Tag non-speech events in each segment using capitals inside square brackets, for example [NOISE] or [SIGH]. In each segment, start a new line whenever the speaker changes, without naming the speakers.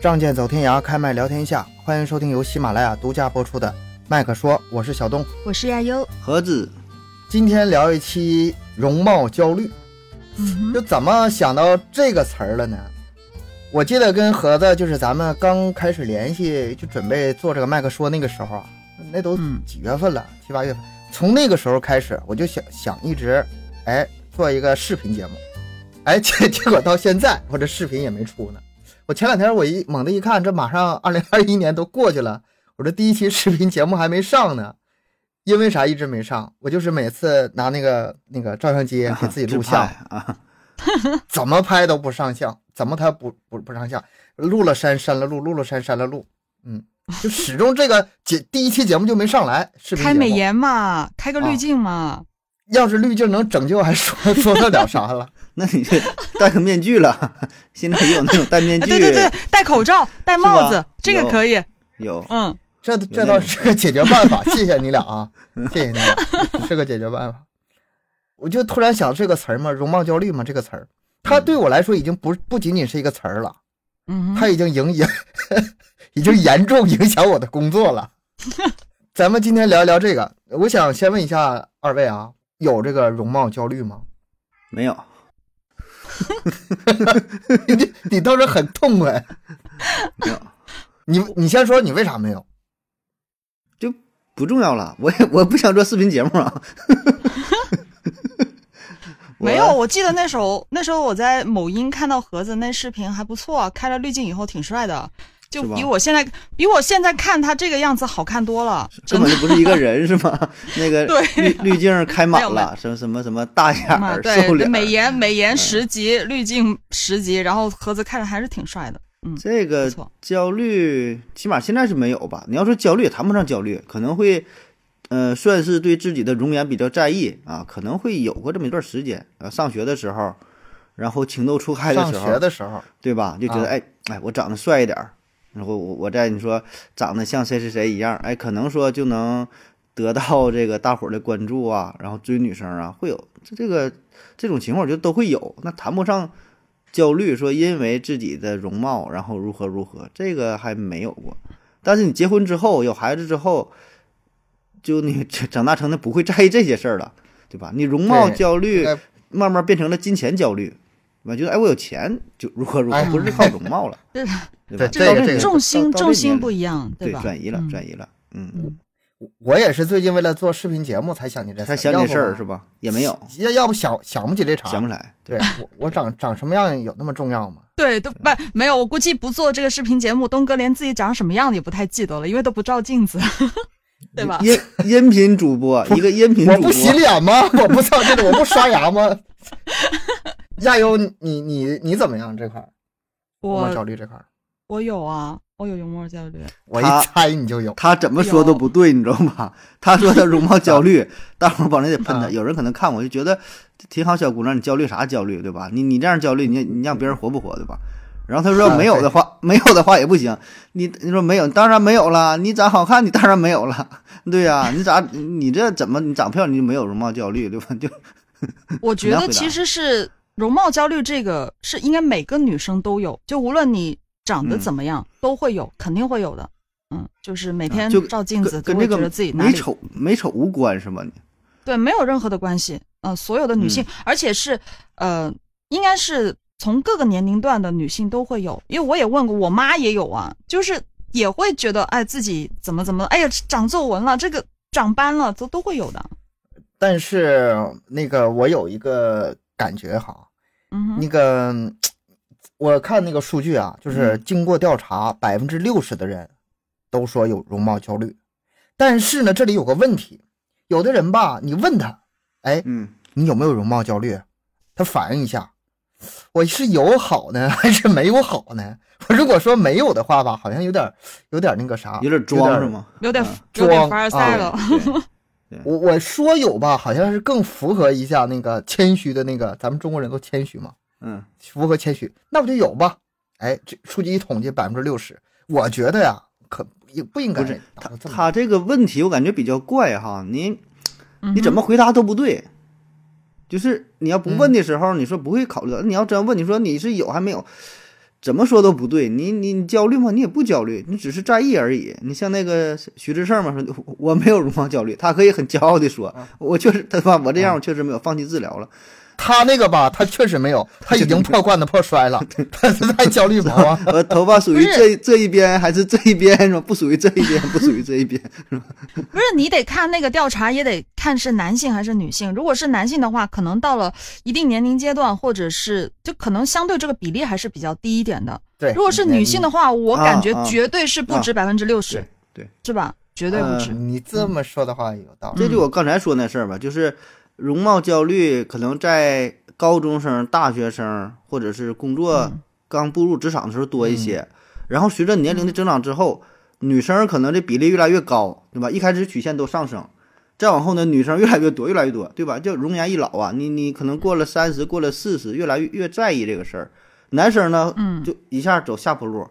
仗剑走天涯，开麦聊天下。欢迎收听由喜马拉雅独家播出的《麦克说》，我是小东。
我是亚优。
盒子，
今天聊一期容貌焦虑，
嗯
就怎么想到这个词儿了呢？我记得跟盒子就是咱们刚开始联系，就准备做这个麦克说那个时候啊，那都
嗯
几月份了？七八月份。从那个时候开始，我就想想一直，哎，做一个视频节目，哎，结 [LAUGHS] 结果到现在我这视频也没出呢。我前两天我一猛地一看，这马上二零二一年都过去了，我这第一期视频节目还没上呢。因为啥一直没上？我就是每次拿那个那个照相机给自己录像，
啊， [LAUGHS]
怎么拍都不上相，怎么它不不不上相？录了删，删了录，录了删，删了录，嗯，就始终这个节第一期节目就没上来，视频
开美
节目
颜嘛，开个
啊
滤镜嘛，
要是滤镜能拯救，还说说得了啥了？
那你这戴个面具了， [LAUGHS] 现在也有那种戴面
啊
具，
[LAUGHS] 对对对，戴口
[LAUGHS]
罩、戴帽子
吧，
这个
有
可以。
有
嗯，
这
有
这
那
倒
种
是个解决办法，谢谢你俩
[LAUGHS]
啊，谢谢你俩，是个解决办法。我就突然想这个词儿嘛，容貌焦虑嘛，这个词儿，它对我来说已经不不仅仅是一个词儿了，
嗯
它
哼，
已经影影， [LAUGHS] 已经严重影响我的工作
[LAUGHS]
了。咱们今天聊一聊这个，我想先问一下二位啊，有这个容貌焦虑吗？ [LAUGHS]
没有？
你你倒是很痛快，
没有，
你你先说你为啥没有？
就不重要了。我也我不想做视频节目啊。我
没有。我记得那时候，那时候我在某音看到盒子那视频还不错，开了滤镜以后挺帅的，就是
吧
比我现在比我现在看他这个样子好看多了，
根
真
本
的。
就不是一个人是吗？那个
[LAUGHS] 对
滤滤镜开满
没有
了，什么什么什么大眼
嘛
儿、瘦
嗯对，
脸
美
儿，
颜美颜十级，滤镜十级，然后盒子看着还是挺帅的。嗯，
这
不
个
错
焦虑起码现在是没有吧？你要说焦虑也谈不上焦虑，可能会。呃，算是对自己的容颜比较在意啊，可能会有过这么一段时间啊，上学的时候，然后情窦初开的
上
时候，
学的时候，
对吧？就觉得、
啊
哎哎，我长得帅一点儿，然后我我再你说长得像谁谁谁一样，哎，可能说就能得到这个大伙儿的关注啊，然后追女生啊，会有这这个这种情况，我觉得都会有。那谈不上焦虑，说因为自己的容貌然后如何如何，这个还没有过。但是你结婚之后，有孩子之后，就你长大成人不会在意这些事儿了，对吧？你容貌
对
焦虑
应该
慢慢变成了金钱焦虑，我觉得哎，我有钱就如何如何，
哎
不是靠容貌了，
对
对吧？
这个
到
这
这
个
重心
到到这
重心
年
不一样，
对
吧？
转移了
嗯，
转移了，嗯，
我也是最近为了做视频节目才想起这
才想起事儿是
吧？
吧？也没有，
要要不想想不起这茬
想不。起来，
对我我长长什么样有那么重要
[LAUGHS]
吗？
对，都不没有，我估计不做这个视频节目，东哥连自己长什么样也不太记得了，因为都不照镜子， [LAUGHS] 对吧？
音音频主播，一个音频
我
主播
不，洗脸吗？我不上这个，我不刷牙吗？ [LAUGHS] 亚优，你你你你怎么样这块儿？容貌焦
我
虑这块儿，
我有啊，我有容貌焦
[LAUGHS]
虑，
我
他
一猜你就有。
他怎么说都不对，你知道吗？ [LAUGHS] 他说他容貌焦
[LAUGHS]
虑，大伙儿往那得喷
嗯
他。
啊
有人可能看我就觉得挺好，小姑娘，你焦虑啥焦虑，对吧？你你这样焦虑，你你让别人活不活，对吧？然后他说
啊
没有的话，没有的话也不行。你你说没有，当然没有了。你长好看，你当然没有了。 [LAUGHS] 对呀、你咋你这怎么你长漂亮你就没有容貌焦虑，对吧？就
我觉
你要回
得
答
其实是容貌焦虑这个是应该每个女生都有，就无论你长得
嗯
怎么样，都会有，肯定会有的。嗯，就是每天
啊就
照镜子
跟
都
跟这
会觉
个
得自己哪
美
里
丑美丑无关是吗？你
对，没有任何的关系。嗯、所有的女性，而且是呃，应该是从各个年龄段的女性都会有，因为我也问过，我妈也有啊，就是也会觉得，哎，自己怎么怎么，哎呀，长皱纹了，这个长斑了，都都会有的。
但是那个我有一个感觉哈，
嗯哼，
那个嗯我看那个数据啊，就是
嗯
经过调查，百分之六十的人都说有容貌焦虑。但是呢，这里有个问题，有的人吧，你问他，哎，
嗯，
你有没有容貌焦虑？他反应一下，我是有好呢， [LAUGHS] 还是没有好呢？我如果说没有的话吧，好像有点有点那个啥，
有点装是？吗？
啊有点、
嗯
有点
装
凡尔
啊
赛了。
对
我我说有吧，好像是更符合一下那个谦虚的那个，咱们中国人都谦虚嘛，
嗯，
符合谦虚，那不就有吧？哎，这数据一统计，百分之六十，我觉得呀，可也不应该
不是
达到这么
他这个问题我感觉比较怪哈，你
嗯
你
哼
怎么回答都不对。就是你要不问的时候，你说不会考虑到；你要真问，你说你是有还没有，怎么说都不对。你你你焦虑吗？你也不焦虑，你只是在意而已。你像那个徐志胜嘛，说 [LAUGHS] 我我没有乳房焦虑，他可以很骄傲的说，我确实他妈我这样我确实没有放弃治疗了。
他那个吧，他确实没有，他已经破罐子破摔了， [LAUGHS] 他他还焦虑毛啊？
我头发属于这这一边还是这一边是吧？不属于这一边，不属于这一边。
[LAUGHS] 不是你得看那个调查，也得看是男性还是女性。如果是男性的话，可能到了一定年龄阶段，或者是就可能相对这个比例还是比较低一点的。
对，
如果是女性的话，我感觉绝对是不止
啊
百分之六十
对，对，
是吧？绝对不止。
你这么说的话有道理。
嗯
这就我刚才说那事儿吧，就是容貌焦虑可能在高中生、大学生或者是工作刚步入职场的时候多一些，然后随着年龄的增长之后，女生可能这比例越来越高，对吧？一开始曲线都上升。再往后呢，女生越来越多，越来越多，对吧？就容颜一老啊，你你可能过了三十，过了四十，越来越越在意这个事儿。男生呢，
嗯
就一下走下坡路，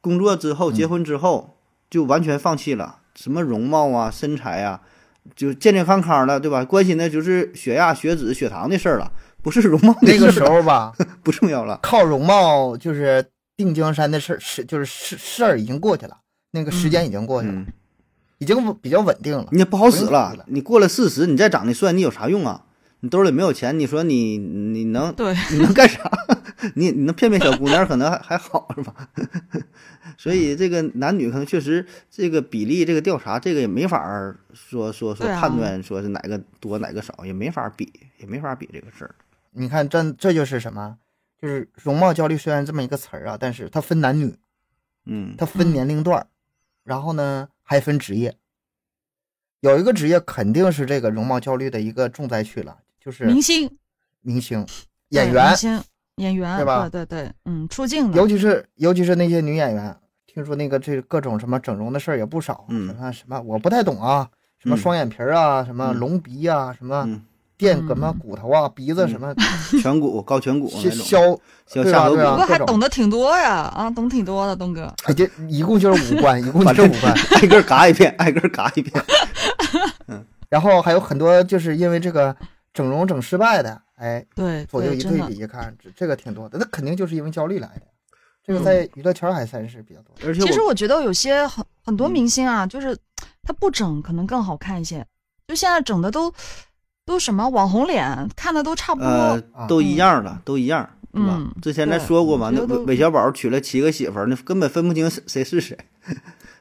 工作之后、结婚之后就完全放弃了什么容貌啊、身材啊，就健健康康的，对吧？关心的就是血压、血脂、血糖的事儿了，不是容貌的
那
事
个
儿
时
了
候吧，
嗯
不重要了。
靠容貌就是定江山的事儿，是就是事事儿已经过去了，那个时间已经过去了，
嗯，
已经比较稳定了。
你也不好使
不用比
了
了。
你过了四十，你再长得帅，你有啥用啊？你兜里没有钱，你说你你能
对，
你能干啥？ [LAUGHS] 你你能骗骗小姑娘，可能还还好是吧？ [LAUGHS] 所以这个男女可能确实这个比例，这个调查，这个也没法儿说说说
对啊
判断，说是哪个多哪个少，也没法比，也没法比这个事儿。
你看，这这就是什么？就是容貌焦虑虽然这么一个词儿啊，但是它分男女，
[LAUGHS]
嗯
它分年龄段儿，然后呢还分职业。有一个职业肯定是这个容貌焦虑的一个重灾区了，就是
明星、
明星、
对
演员
明，星、演员，
对吧
对对对，嗯，出镜的
尤其是尤其是那些女演员，听说那个这各种什么整容的事儿也不少，
嗯
什么什么我不太懂啊，什么
嗯
双眼皮儿啊，什么
嗯
隆鼻啊，什么
嗯，
垫什么骨头啊，鼻子什么
颧骨高颧骨
削
那种，
削，
削
对
下
吧
颌
对
不
吧
骨。
过还
各种
懂得挺多呀，啊，懂挺多的，东哥。
哎，这一共就是五官，一共
啊
就
[LAUGHS] 反
是
[LAUGHS]
正
五官。
挨个儿嘎一遍，挨个儿嘎一遍。
然后还有很多就是因为这个整容整失败的，哎，
对，
左右
对，
一
真
对
的
比一看，这这个挺多的，那肯定就是因为焦虑来的。这
嗯
个在娱乐圈还算是比较多的。
而且
其实
我
我觉得有些很很多
嗯
明星啊，就是他不整可能更好看一些。就现在整的都都什么网红脸，看的都差不多。
呃
啊
都一样了，都一样，对吧
哦嗯？
之前咱
对
说过嘛，
我觉
那
得
韦
都
韦小宝娶了七个媳妇儿，那根本分不清谁谁是谁。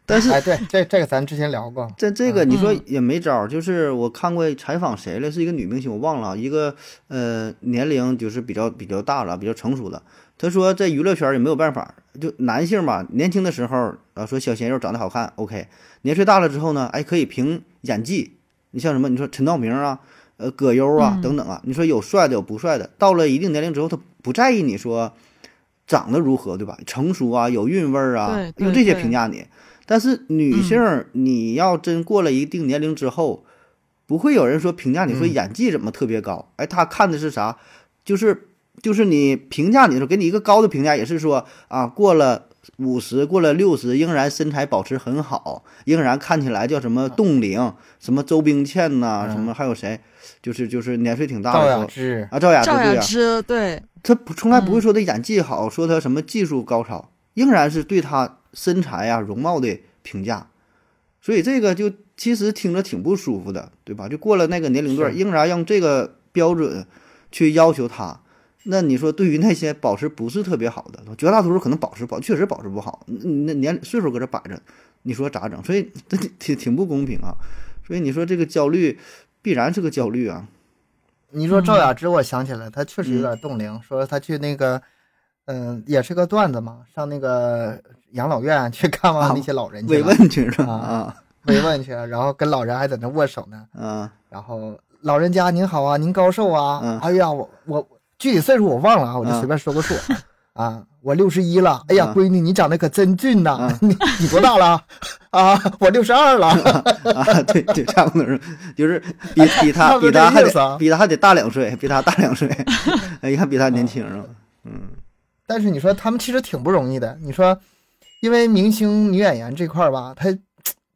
但是
哎，对，这这个咱之前聊过，
这这个你说
嗯
也没招儿，就是我看过采访谁了，是一个女明星，我忘了啊，一个呃年龄就是比较比较大了，比较成熟的。她说在娱乐圈也没有办法，就男性吧，年轻的时候啊说小鲜肉长得好看，OK，年岁大了之后呢，哎可以凭演技，你像什么你说陈道明啊，呃葛优啊
嗯
等等啊，你说有帅的有不帅的，到了一定年龄之后，他不在意你说长得如何，对吧？成熟啊，有韵味儿啊
对，对
用这些
对嗯
评价你。但是女性儿，你要真过了一定年龄之后，不会有人说评价你说
嗯
演技怎么特别高，哎，他看的是啥？就是就是你评价你的时候，给你一个高的评价，也是说啊，过了五十，过了六十，仍然身材保持很好，仍然看起来叫什么冻龄，什么周冰倩呐、
嗯
什么还有谁，就是就是年岁挺大
赵
的时
雅
候
芝，
啊，赵雅芝
赵
对
雅
呀、
芝，对，
他不从来不
嗯
会说他演技好，说他什么技术高超，仍然是对他身材啊、容貌的评价。所以这个就其实听着挺不舒服的，对吧？就过了那个年龄段，
是
仍然用这个标准去要求他。那你说，对于那些保持不是特别好的，绝大多数可能保持保确实保持不好，嗯那年岁数搁这摆着，你说咋整？所以这挺挺挺不公平啊！所以你说这个焦虑必然是个焦虑啊，
你说
嗯
赵雅芝，我想起来，她确实有点冻龄，说她去那个，嗯、也是个段子嘛，上那个养老院去看望
啊
那些老人去
慰
了，
问去是吧？
啊
啊
慰问去了，然后跟老人还在那握手呢，
啊
然后老人家您好啊，您高寿啊？
嗯
哎呀，我我具体岁数我忘了啊，我就
嗯
随便说个数、 [LAUGHS] 啊，我六十一了。哎呀，
嗯
闺女，你长得可真俊呐！
嗯
你你多大了？ [LAUGHS] 啊，我六十二了。
[LAUGHS] 啊，对对，差不多是，就是比比
差
他
不多
比
这
他还
意思啊
得比他还得大两岁，比他大两岁， [LAUGHS] 哎，你看比他年轻啊，嗯
但是你说他们其实挺不容易的。你说，因为明星女演员这块儿吧，她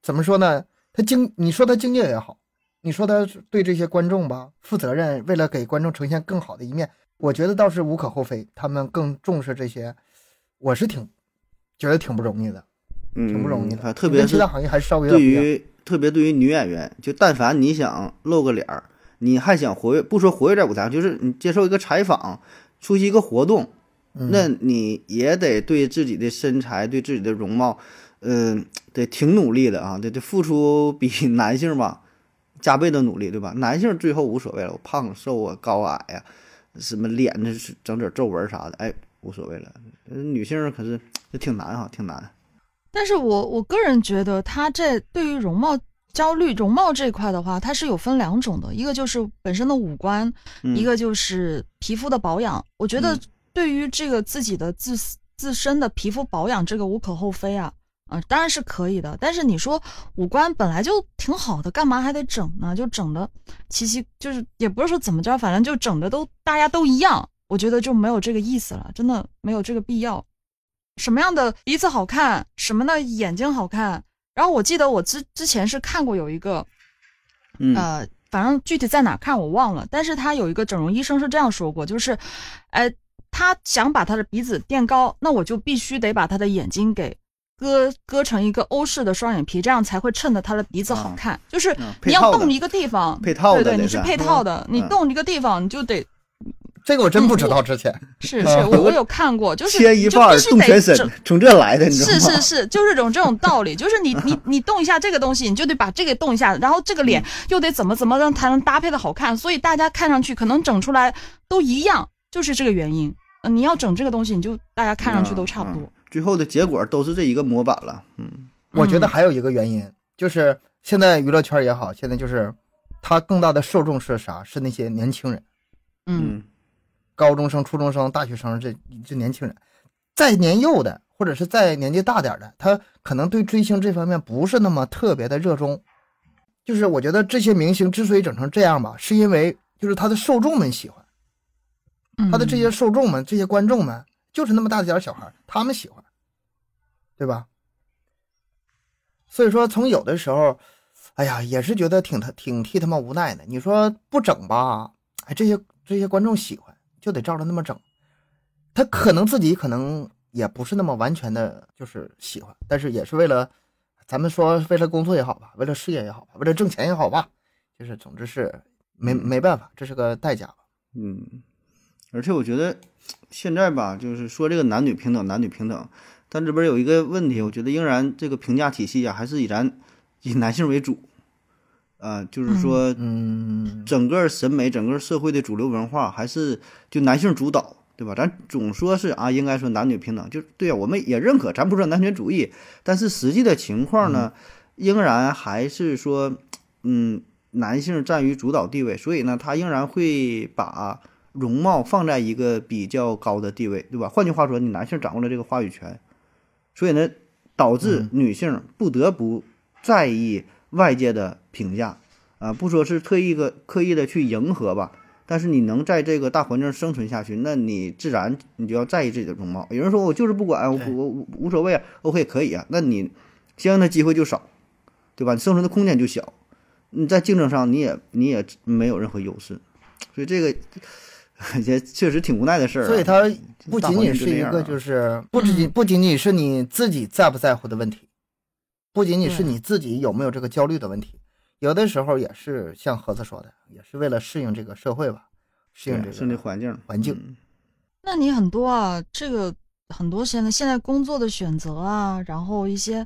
怎么说呢？她经你说她经济也好，你说她对这些观众吧负责任，为了给观众呈现更好的一面，我觉得倒是无可厚非。他们更重视这些我是挺觉得挺不容易的，
嗯，
挺不容易的。
特别
跟其
是
他行业还是稍微有
对
点不一样。
于特别对于女演员，就但凡你想露个脸儿，你还想活跃，不说活跃在舞台上，就是你接受一个采访，出席一个活动，
嗯
那你也得对自己的身材、对自己的容貌，嗯、 [COUGHS] 得挺努力的啊，得得付出比男性吧加倍的努力，对吧？男性最后无所谓了，我胖瘦啊、高矮呀、什么脸的整点皱纹啥的，哎，无所谓了。呃女性可是 [COUGHS] 这挺难哈、啊挺难。
但是我我个人觉得，他这对于容貌焦虑、容貌这一块的话，它是有分两种的，一个就是本身的五官，
嗯
一个就是皮肤的保养。我觉得
嗯
对于这个自己的自自身的皮肤保养，这个无可厚非啊。啊、当然是可以的，但是你说五官本来就挺好的，干嘛还得整呢？就整的其实就是也不是说怎么着，反正就整的都大家都一样，我觉得就没有这个意思了，真的没有这个必要。什么样的鼻子好看，什么的眼睛好看。然后我记得我之之前是看过有一个
嗯
呃，反正具体在哪儿看我忘了，但是他有一个整容医生是这样说过，就是，哎，他想把他的鼻子垫高，那我就必须得把他的眼睛给割割成一个欧式的双眼皮，这样才会衬得他的鼻子好看。就是
嗯配
你
套
要
的
动一个地方，
配套的
对对，
得
你
是
是配套的，你
嗯
动一个地方你就得
这个我真不知道，之前
是
嗯
是，我我有看过，就是
切一
你就
半儿
必须
动
得
全身
整，
从这来的，你知道
是
吗？
是是，就是这种这种道理，就是你你你动一下这个东西，你就得把这个动一下，然后这个脸又得怎么怎么让才能搭配的好看，所以大家看上去可能整出来都一样，就是这个原因。呃你要整这个东西，你就大家看上去都差不
嗯
多
嗯。最后的结果都是这一个模板了。嗯
我觉得还有一个原因，就是现在娱乐圈也好，现在就是它更大的受众是啥？是那些年轻人，
嗯，
高中生、初中生、大学生这这年轻人，再年幼的或者是再年纪大点儿的，他可能对追星这方面不是那么特别的热衷。就是我觉得这些明星之所以整成这样吧，是因为就是他的受众们喜欢，嗯
嗯
他的这些受众们、这些观众们就是那么大点儿小孩儿，他们喜欢，对吧？所以说，从有的时候，哎呀，也是觉得挺他挺替他们无奈的。你说不整吧，哎，这些这些观众喜欢，就得照着那么整。他可能自己可能也不是那么完全的，就是喜欢，但是也是为了，咱们说为了工作也好吧，为了事业也好吧，为了挣钱也好吧，就是总之是没没办法，这是个代价吧。
嗯，而且我觉得现在吧，就是说这个男女平等，男女平等，但这边有一个问题，我觉得仍然这个评价体系啊，还是以咱以男性为主。呃，就是说
嗯，
整个审美、整个社会的主流文化还是就男性主导，对吧？咱总说是啊，应该说男女平等，就对啊，我们也认可，咱不说男权主义，但是实际的情况呢，
嗯
仍然还是说，嗯，男性占于主导地位，所以呢，他仍然会把容貌放在一个比较高的地位，对吧？换句话说，你男性掌握了这个话语权，所以呢，导致女性不得不在意外界的评价。啊，不说是特意个刻意的去迎合吧，但是你能在这个大环境生存下去，那你自然你就要在意自己的容貌。有人说我就是不管，我
对
我我无所谓啊，OK 可以啊，那你相应的机会就少，对吧？你生存的空间就小，你在竞争上你也你也没有任何优势，所以这个 [LAUGHS] 也确实挺无奈的事儿啊、
所以它不
大
仅
环
仅
境就是这
一
样
个
啊
就是不仅仅不仅仅是你自己在不在乎的问题，不仅仅是
对
你自己有没有这个焦虑的问题，有的时候也是像盒子说的，也是为了适应这个社会吧，适应
对啊
这
甚至
个
环境
环境。
嗯
那你很多啊，这个很多现在现在工作的选择啊，然后一些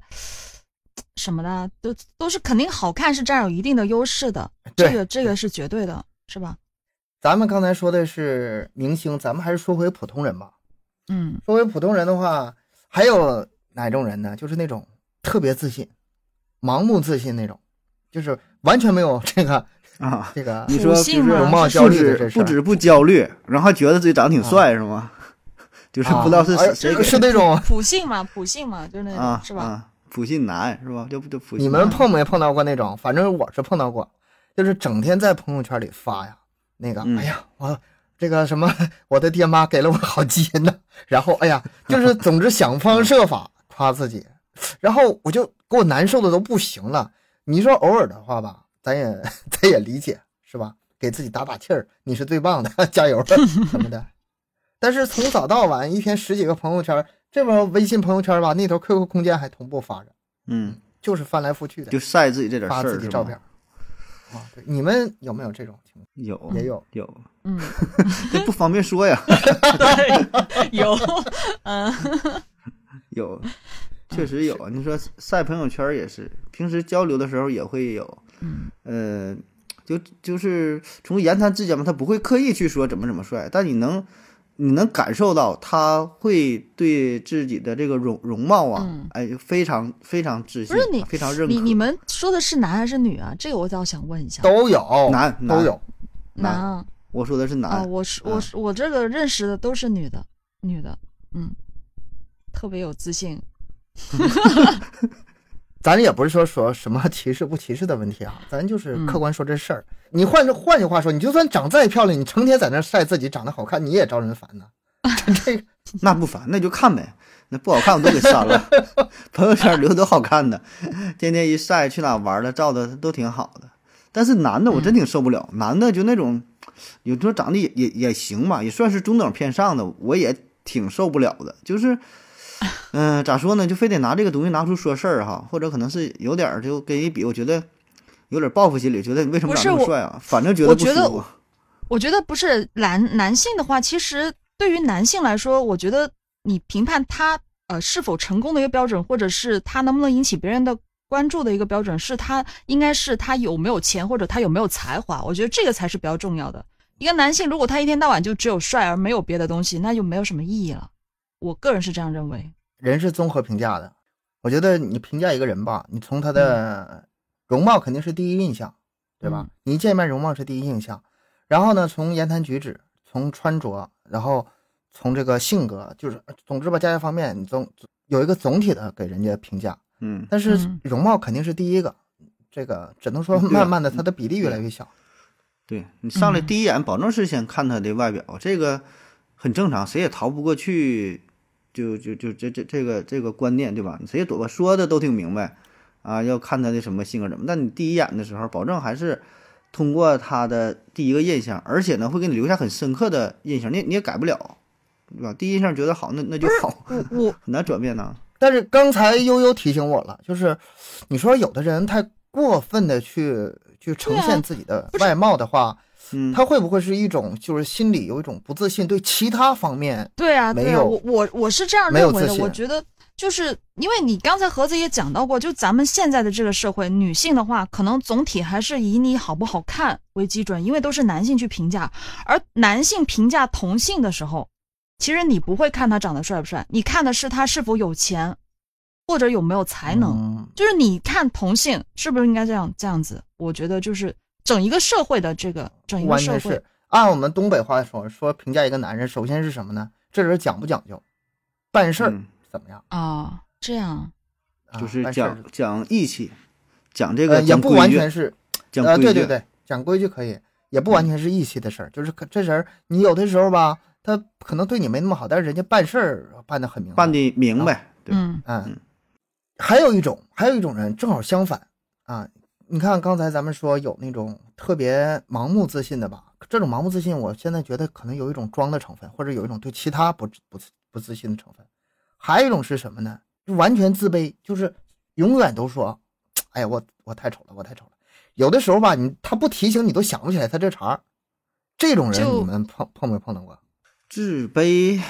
什么的，啊都都是肯定好看是占有一定的优势的，这
对。
个这个是绝对的，是吧？
咱们刚才说的是明星，咱们还是说回普通人吧。
嗯
说回普通人的话，还有哪种人呢？就是那种特别自信、盲目自信那种，就是完全没有这个
啊。
这个
你说
普
比
信
如说
嘛
容貌焦
不
虑的这
止
事
不
儿。啊
止不焦虑，然后还觉得自己长得挺帅、是吗？ [LAUGHS] 就是不知道是
啊哎
谁谁给
是那种
普信嘛，普信嘛，就是那种、
啊，
是吧？
啊，普信男是吧？就就普信
你
男
们碰没碰到过那种？反正我是碰到过，就是整天在朋友圈里发呀，那个，
嗯
哎呀，我这个什么，我的爹妈给了我好基因呐，然后哎呀，就是总之想方设法夸自己，然后我就给我难受的都不行了。你说偶尔的话吧，咱也咱也理解是吧？给自己打打气儿，你是最棒的，加油什么的。但是从早到晚，一天十几个朋友圈，这边微信朋友圈吧，那头 QQ 空间还同步发着，
嗯，
就是翻来覆去的
就晒自己这点
发
事
自
儿
己
是
照片
吧？。
啊，对，你们有没有这种情
有
况？也有，
有，
嗯，
这不方便说呀。
[LAUGHS] 对， [LAUGHS] 有，嗯，
[LAUGHS]
有，确实有。
啊
你说晒朋友圈儿也是，平时交流的时候也会有，
嗯，
呃，就就是从言谈之间嘛，他不会刻意去说怎么怎么帅，但你能你能感受到他会对自己的这个容容貌啊，
嗯
哎，非常非常自信
不是你
啊，非常认可。
你你们说的是男还是女啊？这个我倒想问一下。
都有，
男
都
男
有。
男啊，
我说的是男，
啊，我是我是我这个认识的都是女的，女的，嗯，特别有自信。
咱也不是说说什么歧视不歧视的问题啊，咱就是客观说这事儿。你换换句话说，你就算长再漂亮，你成天在那儿晒自己长得好看，你也招人烦呐。 [LAUGHS] 这个
那不烦，那就看呗。那不好看我都给
[LAUGHS]
删了，朋友圈留的都好看的，天天一晒去哪玩了，照的都挺好的。但是男的我
嗯
真挺受不了，男的就那种，有时候长得也也也行吧，也算是中等偏上的，我也挺受不了的。就是，嗯、咋说呢，就非得拿这个东西拿出说事儿哈，或者可能是有点儿就跟人比，我觉得有点报复心理，觉得你为什么
不
长
是
这么
我
帅啊？反正觉
我
不
觉
舒
得
服。
我觉得不是男男性的话，其实对于男性来说，我觉得你评判他呃是否成功的一个标准，或者是他能不能引起别人的关注的一个标准，是他应该是他有没有钱或者他有没有才华。我觉得这个才是比较重要的。一个男性如果他一天到晚就只有帅而没有别的东西，那就没有什么意义了。我个人是这样认为。
人是综合评价的，我觉得你评价一个人吧，你从他的
嗯
容貌肯定是第一印象，对吧？你一见面容貌是第一印象，然后呢，从言谈举止，从穿着，然后从这个性格，就是总之吧，家家方面，你总有一个总体的给人家评价。
嗯，
但是
嗯
容貌肯定是第一个，这个只能说
对啊
慢慢的它的比例越来越小。
对你上来
嗯
第一眼，保证是先看他的外表，这个很正常，谁也逃不过去，就就就这这这个这个观念，对吧？你谁也躲不说的都挺明白啊，要看他的什么性格怎么。但你第一眼的时候，保证还是通过他的第一个印象，而且呢会给你留下很深刻的印象，你也你也改不了，对吧？第一印象觉得好，那那就好，
我我
很难转变呢。
但是刚才悠悠提醒我了，就是你说有的人太过分的去去呈
对啊
现自己的
不是
外貌的话，
嗯，
他会不会是一种就是心里有一种不自信，对其他方面
对啊，
没
对啊，
有
我我我是这样
没有
认为
自
的。
信
我觉得就是因为你刚才盒子也讲到过，就咱们现在的这个社会，女性的话，可能总体还是以你好不好看为基准，因为都是男性去评价，而男性评价同性的时候，其实你不会看他长得帅不帅，你看的是他是否有钱，或者有没有才能。
嗯
就是你看同性是不是应该这样这样子？我觉得就是整一个社会的这个整一个
完
社
全
会
是，按我们东北话说说评价一个男人，首先是什么呢？这人讲不讲究，办事儿
嗯
怎么样？
啊、这样
啊
就是
办事儿
讲讲义气，讲这
呃
个
也
讲
不
规
完
矩
全是
讲
呃，
规矩，嗯
对对对，讲规矩可以，也不完全是义气的事儿，就是可这人儿你有的时候吧，他可能对你没那么好，但是人家办事儿办得很明白，
办的明白，对，
嗯。
嗯
嗯，
还有一种，还有一种人正好相反啊！你看刚才咱们说有那种特别盲目自信的吧，这种盲目自信，我现在觉得可能有一种装的成分，或者有一种对其他不自不自不自信的成分。还有一种是什么呢？就完全自卑，就是永远都说，哎呀，我我太丑了，我太丑了。有的时候吧，你他不提醒你都想不起来他这茬儿。这种人
就
你们碰碰没碰到过？
自卑。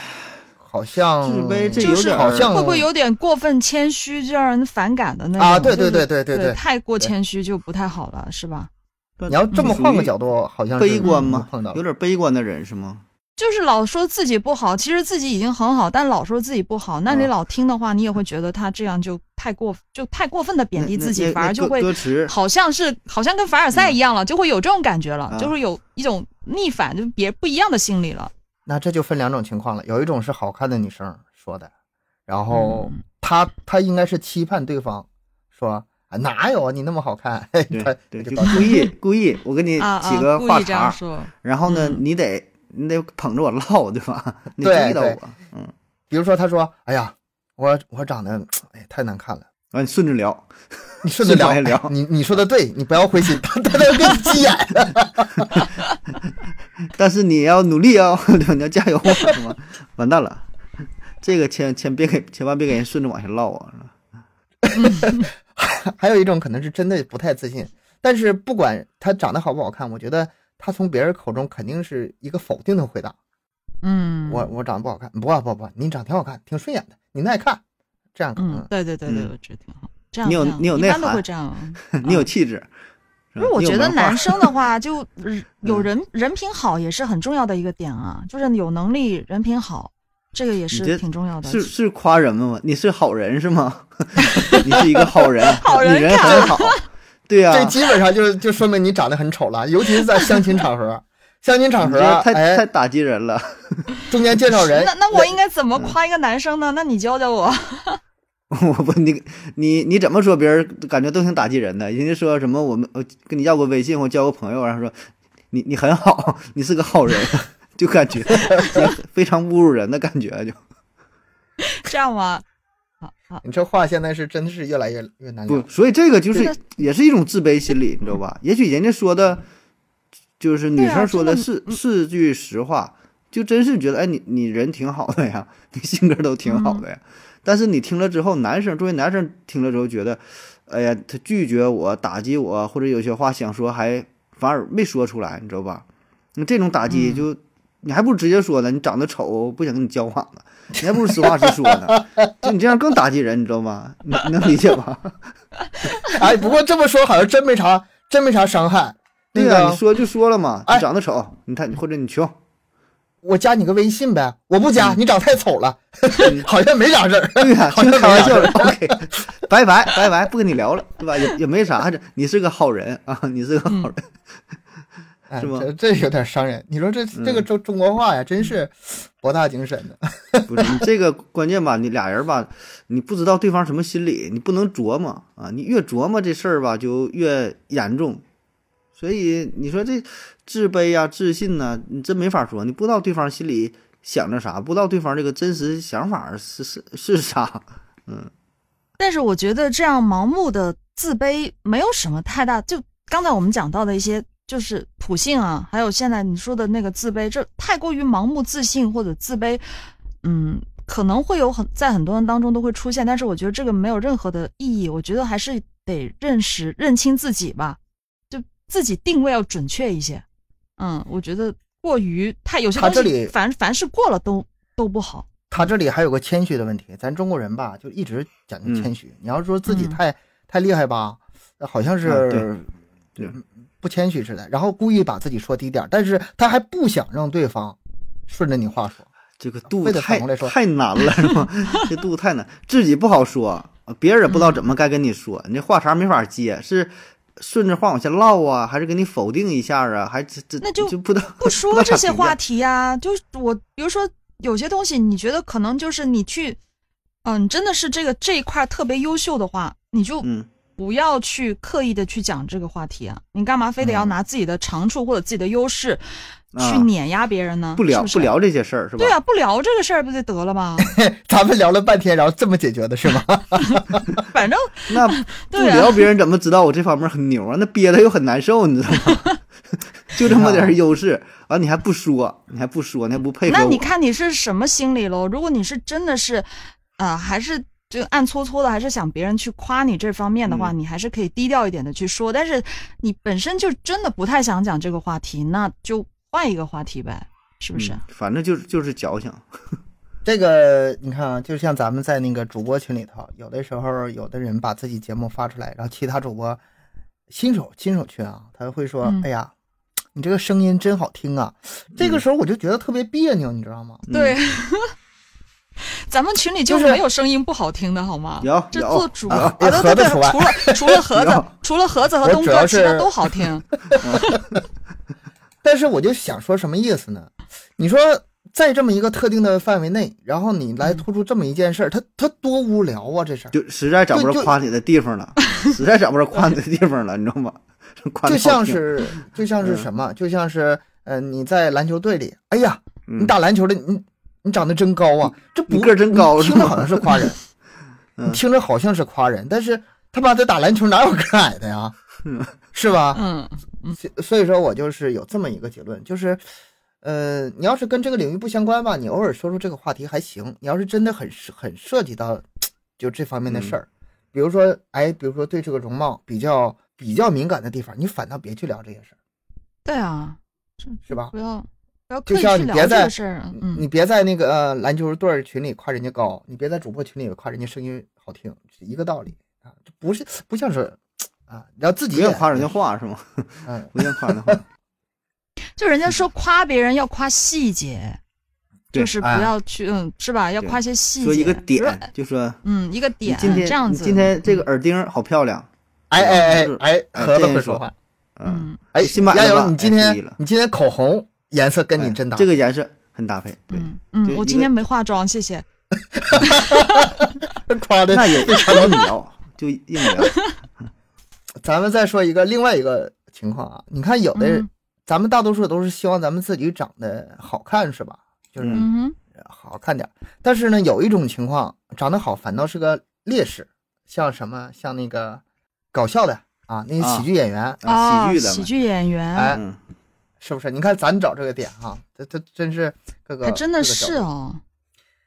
好像
自卑这
就
有
是
点
好像
会不会有点过分谦虚，就让人反感的那种
啊，对
就
对
是
对对对对，
太过谦虚就不太好了，是吧？
你要这么换个角度，好像是
呃悲观
没
吗？
碰到
有点悲观的人是吗？
就是老说自己不好，其实自己已经很好，但老说自己不好，那你
嗯
老听的话，你也会觉得他这样就太过，就太过分的贬低
那
自己，
那
反而
那嗯
就
歌
会
歌词
好像是好像跟凡尔赛一样了，就会有这种感觉了，
啊
就是有一种逆反，就别不一样的心理了。
那这就分两种情况了，有一种是好看的女生说的，然后
嗯
她她应该是期盼对方说啊哪有啊你那么好看，嘿
对
她
对，
哎就
就
道歉
故意 [LAUGHS] 故意，我给你
啊啊，
起哎个
故
话
意这样
茬，
说，
然后呢，
嗯
你得你得捧着我唠，对
[LAUGHS]
吧？你注
对
意到
对
我，嗯，
比如说她说哎呀我我长得哎太难看了，
啊完你顺着聊，
你顺着聊
顺着聊
哎你你说的对，你不要灰心， [LAUGHS] 她她她变急眼，
[LAUGHS] 哦但是你要努力哦，对吧？你要加油啊，是吗？完蛋了，这个千千别给，千万别给人顺着往下唠啊！
[LAUGHS] 还有一种可能是真的不太自信，但是不管他长得好不好看，我觉得他从别人口中肯定是一个否定的回答。
嗯，
我我长得不好看，不啊不不，你长得挺好看，挺顺眼的，你耐看，这样可能。
嗯，对对对对，
嗯
我觉得挺好。这样
你有
这样
你有
一
内
般都
涵
会这样。啊
[LAUGHS] 你有气质，
因
是吧
为我
你有嗯
觉得
文化
男生的
[LAUGHS]
话，就呃有人 [LAUGHS] 人品好也是很重要的一个点啊，就是有能力，人品好，这个也
你这
是挺重要的。
是是夸人吗？你是好人是吗？ [LAUGHS] 你是一个好人，
[LAUGHS] 好人
你人很好，对啊呀、
这基本上就就说明你长得很丑了，尤其是在相亲场合，相亲场
你
合
这，太、太
哎，
打击人了。 [LAUGHS]
中间介绍人
那，那我应该怎
嗯
么夸一个男生呢？那你教教我。 [LAUGHS]
我不，你你你怎么说别人感觉都挺打击人的。人家说什么我们我跟你要过微信或交过朋友，然后说你你很好，你是个好人， [LAUGHS] 就感觉 [LAUGHS] 非常侮辱人的感觉就。
这样吗？好好，
你这话现在是真的是越来越越难
不
讲，，
所以这个就
对
是也是一种自卑心理，你知道吧？
[LAUGHS]
也许人家说的，就是女
对啊
生说的
真
是、是句实话，就真是觉得哎，你你人挺好的呀， [LAUGHS] 你性格都挺好的呀。
嗯
但是你听了之后，男生作为男生听了之后觉得，哎呀，他拒绝我、打击我，或者有些话想说还反而没说出来，你知道吧？那这种
[LAUGHS]
打击就、你还不如直接说呢，你长得丑，我不想跟你交往了，你还不如实话实说呢， [LAUGHS] 就你这样更打击人，你知道吗？你你能理解吧？
哎，不过这么说好像真没啥真没啥伤害。那
对啊
个、
呀、你说就说了嘛，
哎
你长得丑，你太或者你穷， [LAUGHS]
我加你个微信呗，我不加，你长太丑了， [LAUGHS] 好像没啥事儿。
对呀、啊
好
就
像
[LAUGHS] 开
没
玩
啥
笑了。OK，拜拜拜拜，不跟你聊了，对吧？也也没啥，这你是个好人 [LAUGHS] 啊，你是个好人。
哎
是吗
这这有点伤人。你说这这个中中国话呀，真是博大精深的。
不是你这个关键吧，你俩人吧，你不知道对方什么心理，你不能琢磨啊，你越琢磨这事儿吧，就越严重。所以你说这自卑呀、自信呐、你真没法说，你不知道对方心里想着啥，不知道对方这个真实想法是是是啥。
但是我觉得这样盲目的自卑没有什么太大，就刚才我们讲到的一些，就是普信啊，还有现在你说的那个自卑，这太过于盲目自信或者自卑，嗯，可能会有很在很多人当中都会出现，但是我觉得这个没有任何的意义，我觉得还是得认识、认清自己吧，就自己定位要准确一些。嗯，我觉得过于太有些
他
东
这里
西凡凡是过了都都不好。
他这里还有个谦虚的问
嗯
题，咱中国人吧，就一直讲究谦虚。你要说自己
嗯
太、太厉害吧，好像是、
啊对对
不谦虚似的，然后故意把自己说低点儿，但是他还不想让对方顺着你话说。
这个度
为了
太
反过来说
太难了，是吗？这度太难，自己不好说，别人也不知道怎么该跟你说，你这话茬没法接，是顺着话往下唠啊，还是给你否定一下啊？还这这
那
就
就
不知道
不
[LAUGHS]
说这些话
题，
题呀、就是我，比如说有些东西，你觉得可能就是你去，嗯，真的是这个这一块特别优秀的话，你就
嗯，
不要去刻意的去讲这个话题啊。你干嘛非得要拿自己的长处或者自己的优势
嗯啊
去碾压别人呢？
不聊
是不是
聊这些事儿是吧？
对啊，不聊这个事儿不就得了
[LAUGHS]
吗？
咱们聊了半天，然后这么解决的是吗？
反正
那不
[LAUGHS] 对啊
聊别人怎么知道我这方面很牛啊？那憋的又很难受，你知道吗？ [LAUGHS] 就这么点儿优势，完、你还不说，你还不说，你还不配合
那
我
你，看你是什么心理喽？如果你是真的是，啊、还是就暗搓搓的，还是想别人去夸你这方面的话，
嗯
你还是可以低调一点的去说。但是你本身就真的不太想讲这个话题，那就换一个话题呗，是不是？
嗯反正就是就是矫情，
这个你看啊，就像咱们在那个主播群里头，有的时候有的人把自己节目发出来，然后其他主播新手新手群啊，他会说：“
嗯
哎呀，你这个声音真好听啊！”这个时候我就觉得特别别扭，你知道吗？
嗯
对。 [LAUGHS] 咱们群里就
就是是
没有声音不好听的好吗？
有
这
有
做主
有
播啊，
有
对
盒
对
子
对，
除外
除了除了盒子
有，
除了盒子和
我
东
主要
哥，其他
是
都
[LAUGHS]
好听。
但是我就想说什么意思呢？你说在这么一个特定的范围内，然后你来突出这么一件事儿，他他多无聊啊！这事儿
就实在找不着夸你的地
[LAUGHS]
方了，实在找不着夸你的地方了，你 [LAUGHS] 知道吗？夸得
就
好
像
听
是就像是
嗯
什么？就像是呃，你在篮球队里，哎呀，
嗯
你打篮球的，你你长得真高啊，这不
你个儿真高
你
是
听着
吗
好像是夸人，
[LAUGHS] 嗯
你听着好像是夸人，但是他妈的打篮球哪有个矮的呀
嗯，
是吧？
嗯，
所以说我就是有这么一个结论，就是呃，你要是跟这个领域不相关吧，你偶尔说出这个话题还行。你要是真的很涉很涉及到就这方面的事
嗯
儿，比如说，哎，比如说对这个容貌比较比较敏感的地方，你反倒别去聊这些事儿，
对啊，
是吧？
不要不要
就
刻意
像
去
你
聊
别
这
在
个事儿啊，嗯，
你别在那个呃篮球队儿群里夸人家高，你别在主播群里夸人家声音好听，是一个道理啊，这不是不像是啊，你要自己
不愿
也
夸人家，话是吗？ [LAUGHS]
嗯，
不愿夸人家
[LAUGHS]
话，
就人家说夸别人要夸细节，
嗯对
就是不
哎
要去，嗯，是吧？要
对
夸些细节，
说一个
比如说
点，就说
嗯，一个
你
点，
今天
这样
你
子，
今天这个
嗯，
耳钉好漂亮，
哎哎哎哎，
哎
盒子
这样
会
说
说话，
嗯，
哎，
新买的
加
吧
油！你今
哎
天
注意了哎
你今天口红颜色跟你真搭，
这个颜色很搭配，对，
嗯嗯，
对
我
一
今
个
天没化妆，谢谢。
个夸的
那也不强硬聊，就硬
[LAUGHS]
聊，
咱们再说一个另外一个情况啊，你看有的人，
嗯
咱们大多数都是希望咱们自己长得好看，是吧？就是
嗯
嗯哼，
好看点儿。但是呢，有一种情况，长得好反倒是个劣势，像什么，像那个搞笑的啊，那些
啊
喜剧演员，
啊
哦
喜剧的
喜
嘛，
剧演员，
哎
嗯，
是不是？你看咱找这个点哈、这这真是各个
还真的是，哦，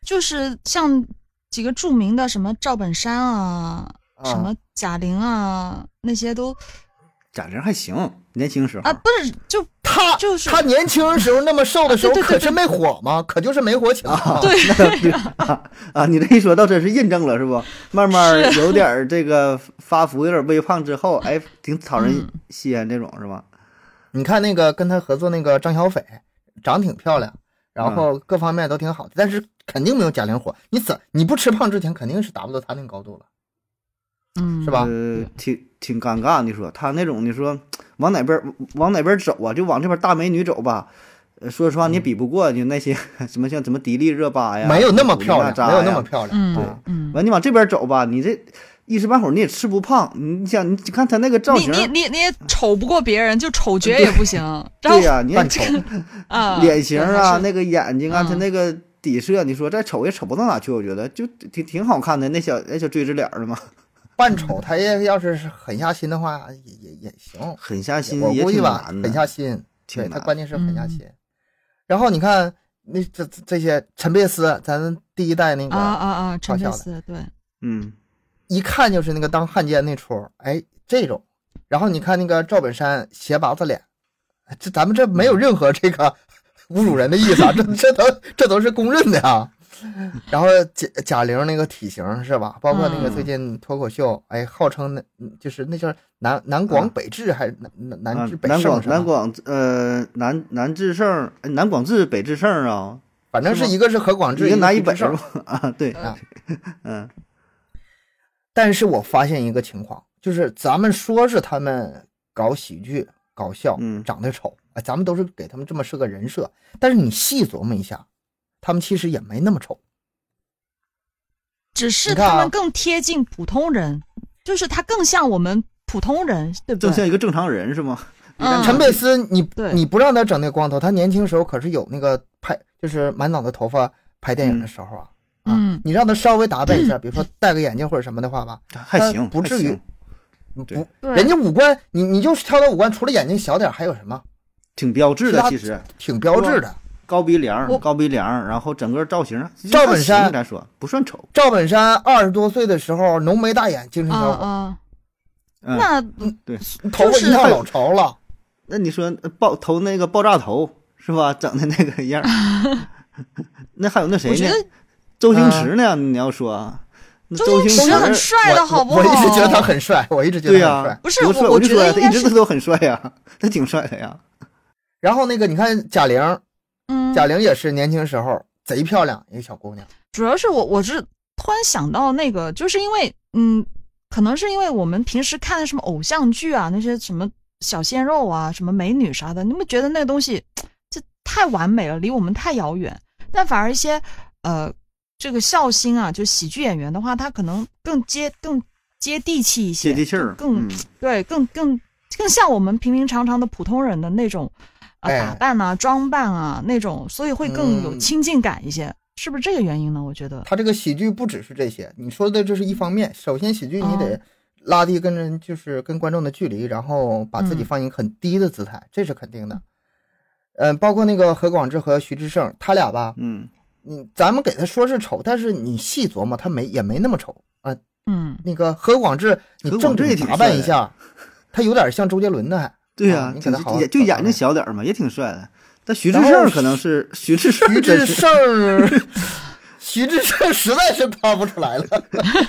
就是像几个著名的什么赵本山啊，
各个角度
什
啊
么贾玲啊，那些都
贾玲还行，年轻时候 [LAUGHS]
啊，不是就
他
就是
他年轻时候那么瘦的时候，
啊对对
可
对
是没火嘛，可就是没火起来嘛。
对
啊啊，你这一说到这是印证了是
[LAUGHS]
不？慢慢有点儿这个发福，有点微胖之后，哎，挺讨人
嗯
稀罕这种是吧？
你看那个跟他合作那个张小斐，长挺漂亮，然后
嗯
各方面都挺好的，但是肯定没有贾玲火。你怎你不吃胖之前，肯定是达不到她那个高度了，
嗯
是吧？
呃，挺挺尴尬。你说他那种，你说往哪边儿往哪边儿走啊？就往这边大美女走吧。呃说实话，你也比不过就那些 [LAUGHS] 什么像什么迪丽热巴哎
嗯
呀，
没有那么
古力
漂
娜
亮，
扎
没有
呀
那么漂亮。
嗯
对
嗯。
完，你往这边走吧，你这一时半会儿你也吃不胖。你想，你看他那个造
你
型，
你你你也丑不过别人，就丑角也不行。然后
对呀、你
扮
看
丑，
啊，
脸型
对
啊，
还是
那个眼睛啊，
嗯
他那个底色，你说再丑也丑不到哪去，我觉得就挺挺好看的，那小那小锥子脸儿的嘛，
扮丑，他也要是狠下心的话，也也也行。
狠下心
我
也
估计
挺
吧，
难的，
狠下心，
挺
对他
难
关键是
嗯
狠下心。然后你看那这这这些陈佩斯，咱们第一代那
啊
个，
啊啊，陈
搞
佩
笑
斯对，
嗯，
一看就是那个当汉奸那出儿，哎，这种。然后你看那个赵本山斜拔子脸，这咱们这没
嗯
有任何这个侮辱人的意思
[LAUGHS]
啊，这这都这都是公认的啊。然后贾贾玲那个体型是吧？包括那个
嗯
最近脱口秀，哎，号称那就是那叫南南广
嗯
北治还是南南
啊
南治北
南
盛
广
是吧
南广呃南南至盛，哎南广治北至盛啊，
反正
是
是
吗
一个是何广智，
一个南
一
一
个
北
是
是
郑
吧？啊，对
啊，
嗯，
但是我发现一个情况，就是咱们说是他们搞喜剧、搞笑，
嗯
长得丑，哎，咱们都是给他们这么设个人设。但是你细琢磨一下，他们其实也没那么丑。
只是
你看啊
他们更贴近普通人，就是他更像我们普通人，对不
正
对？
像一个正常人是吗？
嗯
陈佩斯，你
对
你不让他整那光头，他年轻时候可是有那个拍，就是满脑袋头发拍电影的时候啊。啊
嗯
你让他稍微打扮一下，比如说戴个眼镜或者什么的话吧，
还
但
行，
不
还
至于
行对
不，
对
人家五官，你你就是挑他五官，除了眼睛小点儿，还有什么？
挺标致
是他
的，其实
挺标志的。
高鼻梁
我
高鼻梁，然后整个造型，其实
赵
还
本
行
山
咱说不算丑，
赵本山二十多岁的时候，浓眉大眼，精神
啊
小伙，
啊，
嗯，
那
头发一
就是
下老潮了。
那你说呃爆头那个爆炸头是吧？整的那个样儿那还有那
我
谁
觉
呢？
得
周星驰呢？你要说啊，那
周
星
驰很帅的
我
好不好？
我我一直觉得他很帅，我一直觉
对啊
得他
呀、
很帅。
不是
多
我
帅！
我
就
觉
说
得
呀，
应该
他一直
是
都很帅呀， [LAUGHS] 他挺帅的呀。
然后那个你看贾玲，
嗯，
贾玲也是年轻时候贼漂亮，一个小姑娘。
主要是我我是突然想到那个，就是因为嗯，可能是因为我们平时看的什么偶像剧啊，那些什么小鲜肉啊，什么美女啥的，你们觉得那个东西这太完美了，离我们太遥远。但反而一些呃，这个笑星啊，就喜剧演员的话，他可能更接更接地气一些，
接地气儿，嗯
更对，更更更像我们平平常常的普通人的那种啊、
哎
打扮啊、装扮啊那种，所以会更有
嗯
亲近感一些，是不是这个原因呢？我觉得，
她这个喜剧不只是这些，你说的这是一方面。首先，喜剧你得
哦
拉低跟人就是跟观众的距离，然后把自己
嗯
放一个很低的姿态，这是肯定的。嗯，包括那个何广智和徐志胜，他俩吧，
嗯，
嗯，咱们给他说是丑，但是你细琢磨，他没也没那么丑啊。
嗯，
那个何广智，你
何
正
广智也
经
挺
打扮
帅
一
的
下，他有点像周杰伦呢，还。
对
啊
呀、
你给
挺
他好好
也就
找
眼
找
睛小点儿嘛，也挺帅的。但徐志
然后
胜可能是徐志胜
徐
真
志
是，
胜儿， [LAUGHS] 徐志胜实在是拍不出来了。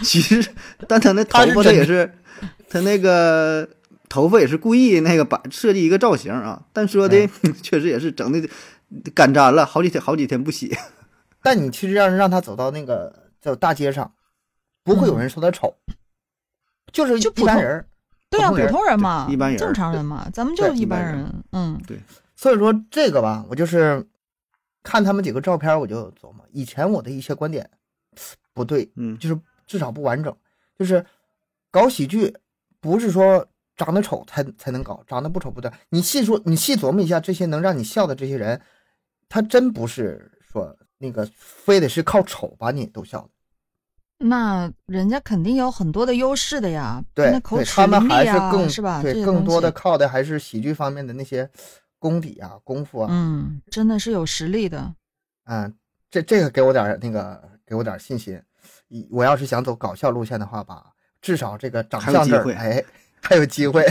徐志，但他那头
他是
发他
真
也
的
是，他那个头发也是故意那个把设计一个造型啊。但说的、 [LAUGHS] 确实也是整的干粘了，好几天好几天不洗。
[LAUGHS] 但你其实让让他走到那个叫大街上，不会有人说他丑，嗯就是
就
一
普
般
通
人儿。
对啊，
普通人
普通人嘛，
对一般人
正常人嘛，咱们就
对
是一般
一般
人。嗯
所以说这个吧，我就是看他们几个照片，我就琢磨以前我的一些观点不对， [LAUGHS]
嗯
就是至少不完整。就是搞喜剧，不是说长得丑才才能搞，长得不丑不对。你细说，你细琢磨一下，这些能让你笑的这些人，他真不是说那个非得是靠丑把你逗笑的。
那人家肯定有很多的优势的呀，
对，
那口
对
齿
他们
伶
还
俐
是
啊，
更
是吧？这
对，
些
更
东
多的
西，
靠的还是喜剧方面的那些功底啊、功夫啊。
嗯，真的是有实力的。
嗯，这这个给我点儿那个，给我点儿信心。一我要是想走搞笑路线的话吧，至少这个长
还有
相
机
这儿，
会
哎，还有机会。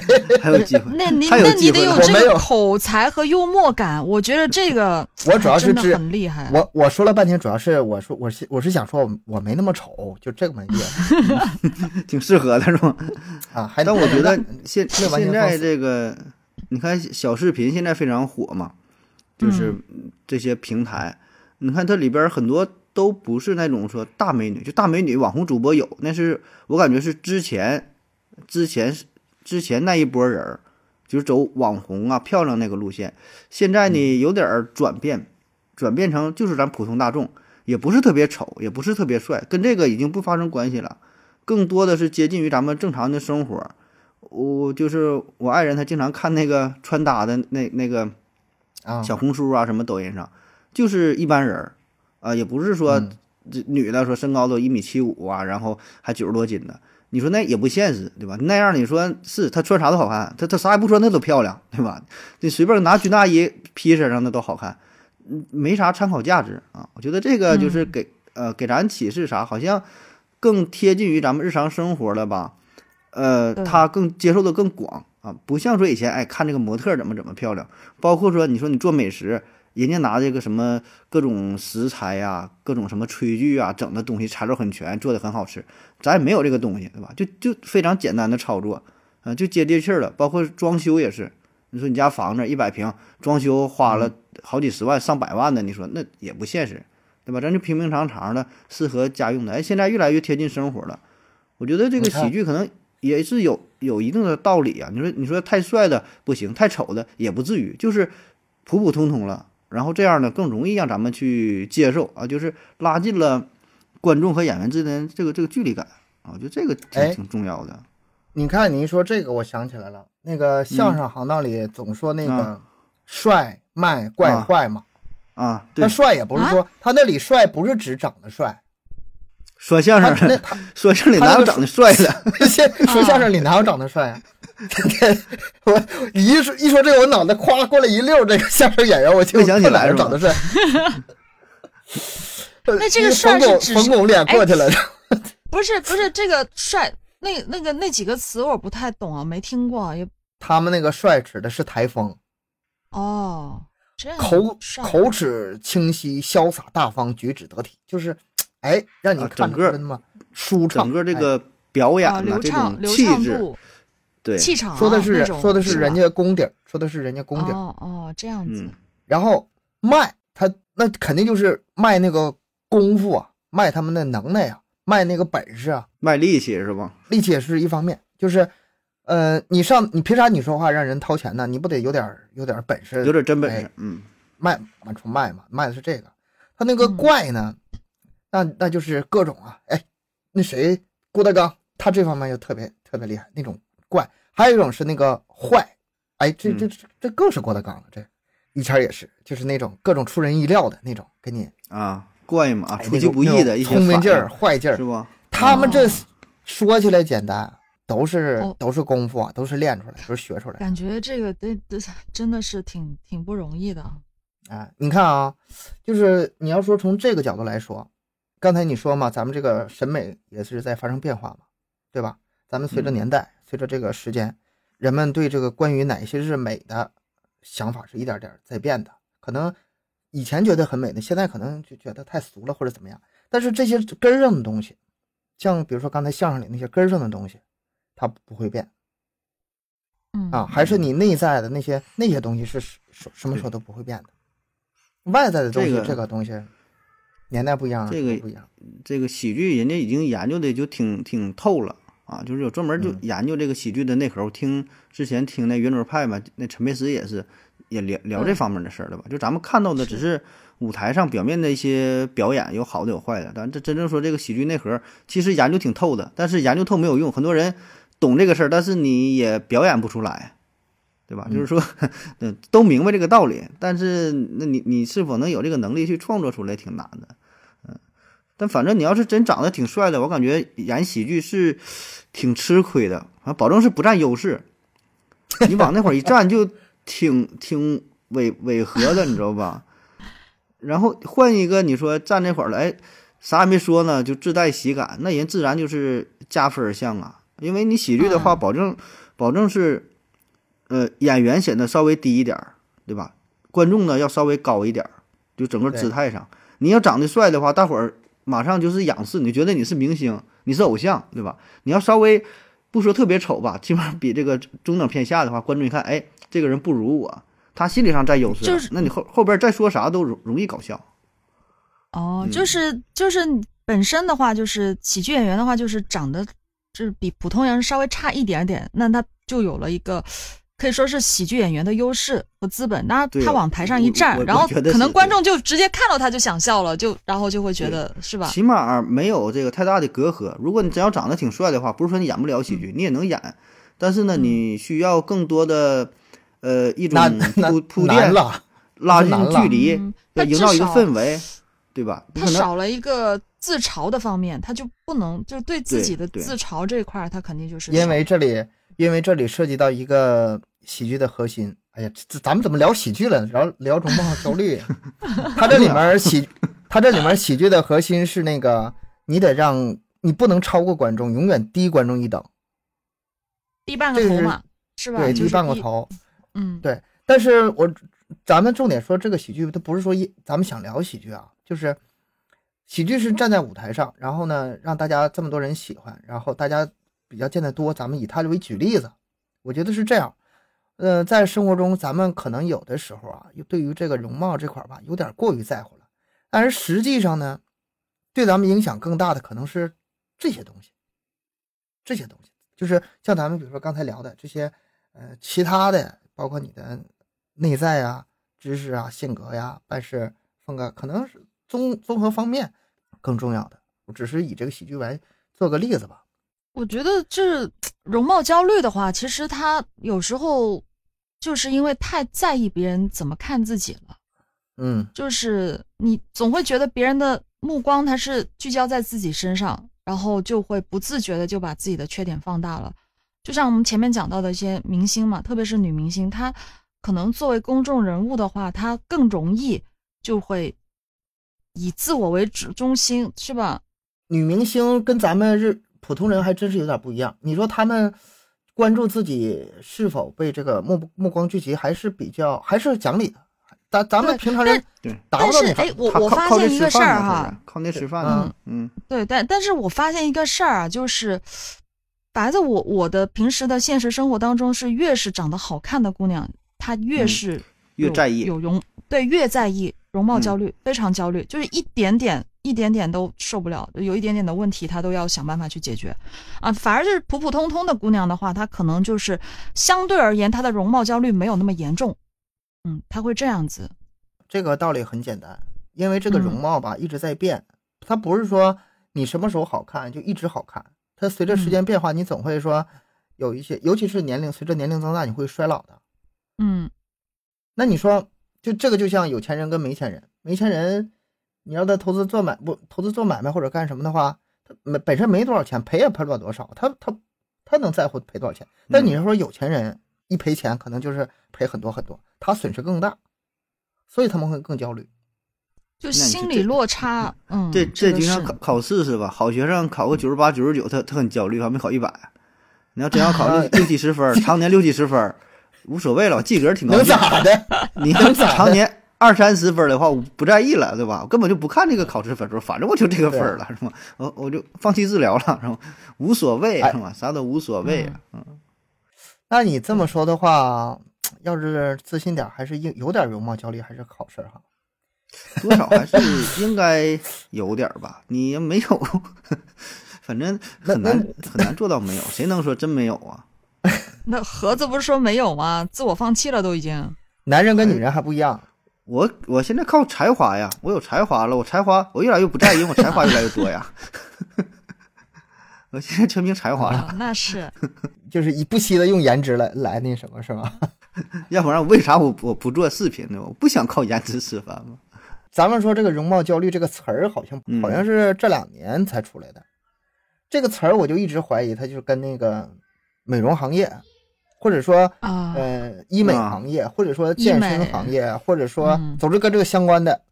还有机会，
那
[LAUGHS]
你
还有
那
机
你
会
得
了
我
这
没
个
有
口才和幽默感，我觉得这个
[LAUGHS] 我主要是
真的
知
很厉害。
我我说了半天，主要是我说我是我是想说我我没那么丑，就这个
[LAUGHS]
门意思
挺适合的是吗？
啊。还
哎但我觉 [LAUGHS] 得现
那完全
现在这个，你看小视频现在非常火嘛，就是这些平台，你看它里边很多都不是那种说大美女，就大美女网红主播有，那是我感觉是之前之前之前那一波人儿，就是走网红啊漂亮那个路线，现在呢有点儿转变，转变成就是咱普通大众。也不是特别丑，也不是特别帅，跟这个已经不发生关系了，更多的是接近于咱们正常的生活，我就是我爱人，他经常看那个穿搭的那那个
啊，
小红书啊，什么抖音上，就是一般人儿，啊、也不是说
嗯
这女的说身高都一米七五啊，然后还九十多斤的，你说那也不现实，对吧？那样你说是她穿啥都好看，她她啥也不穿，她都漂亮，对吧？你随便拿军大衣披身上，那都好看，嗯，没啥参考价值啊。我觉得这个就是给、呃给咱启示啥，好像更贴近于咱们日常生活了吧？呃，
对
他更接受的更广啊，不像说以前哎看这个模特儿怎么怎么漂亮，包括说你说你做美食，人家拿这个什么各种食材呀、各种什么炊具啊，整的东西材料很全，做的很好吃，咱也没有这个东西，对吧？就就非常简单的操作，啊、就接地气儿了。包括装修也是，你说你家房子一百平，装修花
嗯
了好几十万、上百万的，你说那也不现实，对吧？咱就平平常常的，适合家用的。哎，现在越来越贴近生活了，我觉得这个
你看
喜剧可能也是有有一定的道理啊。你说你说太帅的不行，太丑的也不至于，就是普普通通了。然后这样呢，更容易让咱们去接受啊，就是拉近了观众和演员之间这个这个距离感啊，我觉得这个挺
哎
挺重要的。
你看你一说这个，我想起来了，那个相声行当里总说那个
啊
帅卖怪
啊
坏嘛，
啊，对
他，帅也不是说他那里帅不是指长得
[LAUGHS]
帅，
说相
他
声
那
的，
他
说相声里哪有长得帅的？
现
啊
在说相声里哪有长得帅啊？我你一说一说这个，我脑袋夸过来一溜儿这个相声演员，我就
又想起
看
来是
哪长
吧
得帅。
[LAUGHS]
[LAUGHS]
那这个
一
帅
冯
是
巩
指
冯
是
巩脸
哎
过去
[LAUGHS]
了，
不是不是这个帅，那那个那几个词我不太懂啊，没听过也
他们那个帅指的是台风，
哦，这样
口
帅
口齿清晰、潇洒大方、举止得体，
嗯
就是哎，让你
啊
看
整
着
个
那么舒畅。
整个这
哎
个表演
啊
呐，
流
这
畅
种
流
气
畅
质，
度
对，
气场啊
说的是
那
人
种
说的是人
吧
家功底儿，说的是人家功底儿。
哦哦这样子
嗯，
然后卖他那肯定就是卖那个功夫啊，卖他们的能耐啊，卖那个本事啊，
卖力气是吧？
力气也是一方面。就是，呃，你上你凭啥你说话让人掏钱呢？你不得有点儿有点儿本事，
有点真本
哎
事，嗯，
卖往出卖嘛，卖的是这个。他那个怪呢，那那就是各种啊，哎，那谁郭德纲，他这方面就特别特别厉害，那种怪。还有一种是那个坏，哎，
嗯
这这这这更是郭德纲了，这于谦儿也是，就是那种各种出人意料的那种，给你
啊，怪嘛，
哎
出
那
其
种
不
那
意
种
的一些
聪明
反
劲
应哦
儿、坏劲儿
是，吧？
他们这
哦
说起来简单，都是、
哦
都是功夫啊，都是练出来，都是学出来的。
感觉这个这这真的是挺挺不容易的啊。
哎，你看啊，就是你要说从这个角度来说，刚才你说嘛，咱们这个审美也是在发生变化嘛，对吧？咱们随着
嗯
年代，随着这个时间，人们对这个关于哪些是美的想法是一点点在变的。可能以前觉得很美的，现在可能就觉得太俗了或者怎么样。但是这些根儿上的东西，像比如说刚才相声里那些根儿上的东西，它不会变
嗯
啊，还是你内在的那些那些东西是什什么时候都不会变的。外在的东西，
这
这
个
东西年代不一样，
这个
不一样。
这个喜剧人家已经研究的就挺挺透了啊，就是有专门就
嗯
研究这个喜剧的内核。我听之前听那圆桌派嘛，那陈佩斯也是也聊聊这
嗯
方面的事儿了吧？就咱们看到的只是舞台上表面的一些表演，有好的有坏的，但这真正说这个喜剧内核，其实研究挺透的，但是研究透没有用，很多人懂这个事儿，但是你也表演不出来。对吧？就是说， [LAUGHS] 嗯，都明白这个道理，但是那你你是否能有这个能力去创作出来，挺难的。但反正你要是真长得挺帅的，我感觉演喜剧是挺吃亏的啊，保证是不占优势。你往那会儿一站就挺挺违违和的，你知道吧？然后换一个，你说站那会儿了，哎，啥也没说呢，就自带喜感，那人自然就是加分项啊。因为你喜剧的话，
嗯
保证保证是，呃，演员显得稍微低一点儿，对吧？观众呢要稍微高一点儿，就整个
对
姿态上。你要长得帅的话，大伙儿马上就是仰视，你就觉得你是明星，你是偶像，对吧？你要稍微不说特别丑吧，起码比这个中等偏下的话，观众一看，哎，这个人不如我，他心理上占优势了，
就是
那你后后边再说啥都容容易搞笑。
哦
嗯，
就是就是你本身的话，就是喜剧演员的话，就是长得就是比普通人稍微差一点点，那他就有了一个可以说是喜剧演员的优势和资本。那
对
他往台上一
我
站
我，
然后
我觉得是
可能观众就直接看到他就想笑了，就然后就会觉得是吧？
起码没有这个太大的隔阂。如果你真要长得挺帅的话，不是说你演不了喜剧，你也能演，但是呢，
嗯
你需要更多的呃一种
难
铺
难
铺
难
垫，
了，
拉
是
近
难了
距离，
嗯
要
那
营
至
造一个
少
氛围，对吧？你
他
可能
少了一个自嘲的方面，他就不能就是对自
对
己的
对
自嘲这一块儿，他肯定就是
因为这里因为这里涉及到一个喜剧的核心。哎呀，这这咱们怎么聊喜剧了？聊聊容貌焦
[LAUGHS]
虑。他这里面喜，他这里面喜剧的核心是那个，你得让你不能超过观众，永远低观众一等，
低半
这
个
个
头
是
嘛，是吧？
对，
就
低
是
半个
低，
头。
嗯，
对但是我咱们重点说这个喜剧，它不是说一咱们想聊喜剧啊，就是喜剧是站在舞台上，然后呢让大家这么多人喜欢，然后大家比较见得多，咱们以它为举例子，我觉得是这样。呃，在生活中，咱们可能有的时候啊，又对于这个容貌这块儿吧，有点过于在乎了。但是实际上呢，对咱们影响更大的可能是这些东西，这些东西就是像咱们比如说刚才聊的这些，呃，其他的包括你的内在啊、知识啊、性格呀、办事风格，啊可能是综综合方面更重要的。我只是以这个喜剧为做个例子吧。
我觉得这容貌焦虑的话，其实他有时候就是因为太在意别人怎么看自己了，
嗯，
就是你总会觉得别人的目光他是聚焦在自己身上，然后就会不自觉的就把自己的缺点放大了。就像我们前面讲到的一些明星嘛，特别是女明星，她可能作为公众人物的话，她更容易就会以自我为主中心，是吧？
女明星跟咱们日普通人还真是有点不一样。你说他们关注自己是否被这个目目光聚集，还是比较还是讲理的。咱咱们
对
平常人
对
达
但
不到
是
那
哎，我
他
我
靠
发
靠这
现一
吃
个事
饭
儿
呢
哈，
后边靠那吃饭呢，嗯，
对，但但是我发现一个事儿啊，就是反正我我的平时的现实生活当中，是越是长得好看的姑娘，她越
嗯
是
越
有
在意
有容，对，越在意容貌
嗯
焦虑，非常焦虑，就是一点点一点点都受不了，有一点点的问题，她都要想办法去解决啊。反而是普普通通的姑娘的话，她可能就是相对而言，她的容貌焦虑没有那么严重，嗯，她会这样子，
这个道理很简单，因为这个
嗯
容貌吧、一直在变，它不是说你什么时候好看就一直好看，它随着时间变化，你总会说有一些，尤其是年龄，随着年龄增大，你会衰老的。
嗯
那你说，就这个就像有钱人跟没钱人，没钱人你让他投资做买不投资做买卖或者干什么的话，他没本身没多少钱，赔也赔不了多少，他他他他能在乎赔多少钱？但你要说有钱人一赔钱，可能就是赔很多很多，他损失更大，所以他们会更焦虑。
就
你
心
这
理落差，嗯，
这
这
这
个
就像
是
考考试似的吧，好学生考个九十八、九十九，他他很焦虑，还没考一百。你要真
[LAUGHS]
要考六六七十分儿，常年六七十分儿，无所谓了，我及格儿挺高
能
兴。
咋的？
你要常年二三十分儿的话，我不在意了，对吧？我根本就不看这个考试分数，反正我就这个分儿了，是吧？我我就放弃治疗了，是吧？无所谓，
哎
是吧？啥都无所
嗯
谓啊。
那你这么说的话，要是自信点儿，还是应有点容貌焦虑，还是好事儿哈。
多少还是应该有点儿吧。你没有， [LAUGHS] 反正很难很难做到没有，谁能说真没有啊？
那盒子不是说没有吗？自我放弃了都已经。
男人跟女人还不一样，
我我现在靠才华呀，我有才华了，我才华我越来越不在意，因为我才华越来越多呀。 [LAUGHS] 我现在全凭才华了，
啊，那是
就是以不惜的用颜值来来那什么，是吧？
要不然我为啥我我不做视频呢？我不想靠颜值吃饭吗？
咱们说这个容貌焦虑这个词儿，好像
嗯
好像是这两年才出来的。这个词儿我就一直怀疑，它就是跟那个美容行业，或者说
啊，
呃医美
[LAUGHS] 啊
行业，或者说健身行业，或者说
嗯
总之跟这个相关的，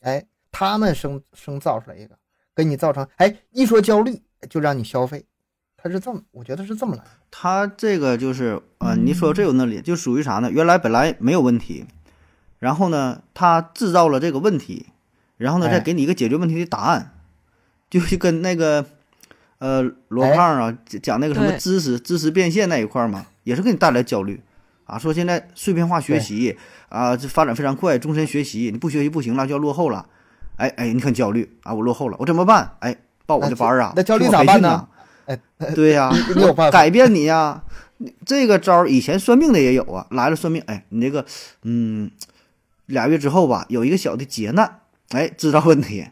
哎，他们生生造出来一个，给你造成哎一说焦虑就让你消费，它是这么，我觉得是这么来的。
他这个就是啊、呃
嗯
你说这有那里，就属于啥呢？原来本来没有问题，然后呢，他制造了这个问题，然后呢，
哎
再给你一个解决问题的答案，就就跟那个呃罗
哎
胖啊、讲讲那个什么
对
知识知识变现那一块儿嘛，也是给你带来焦虑啊。说现在碎片化学
对
习啊，这发展非常快，终身学习，你不学习不行了，就要落后了。哎哎，你很焦虑啊，我落后了，我怎么办？哎，报我
那
的
这
班儿啊，
那焦虑
听我
咋
培
办
训
呢
呐
哎， [LAUGHS]
对呀、
你你有办法？
改变你呀、 [LAUGHS] 你这个招儿以前算命的也有啊，来了算命，哎，你这个，嗯，俩月之后吧，有一个小的劫难，哎，知道问题，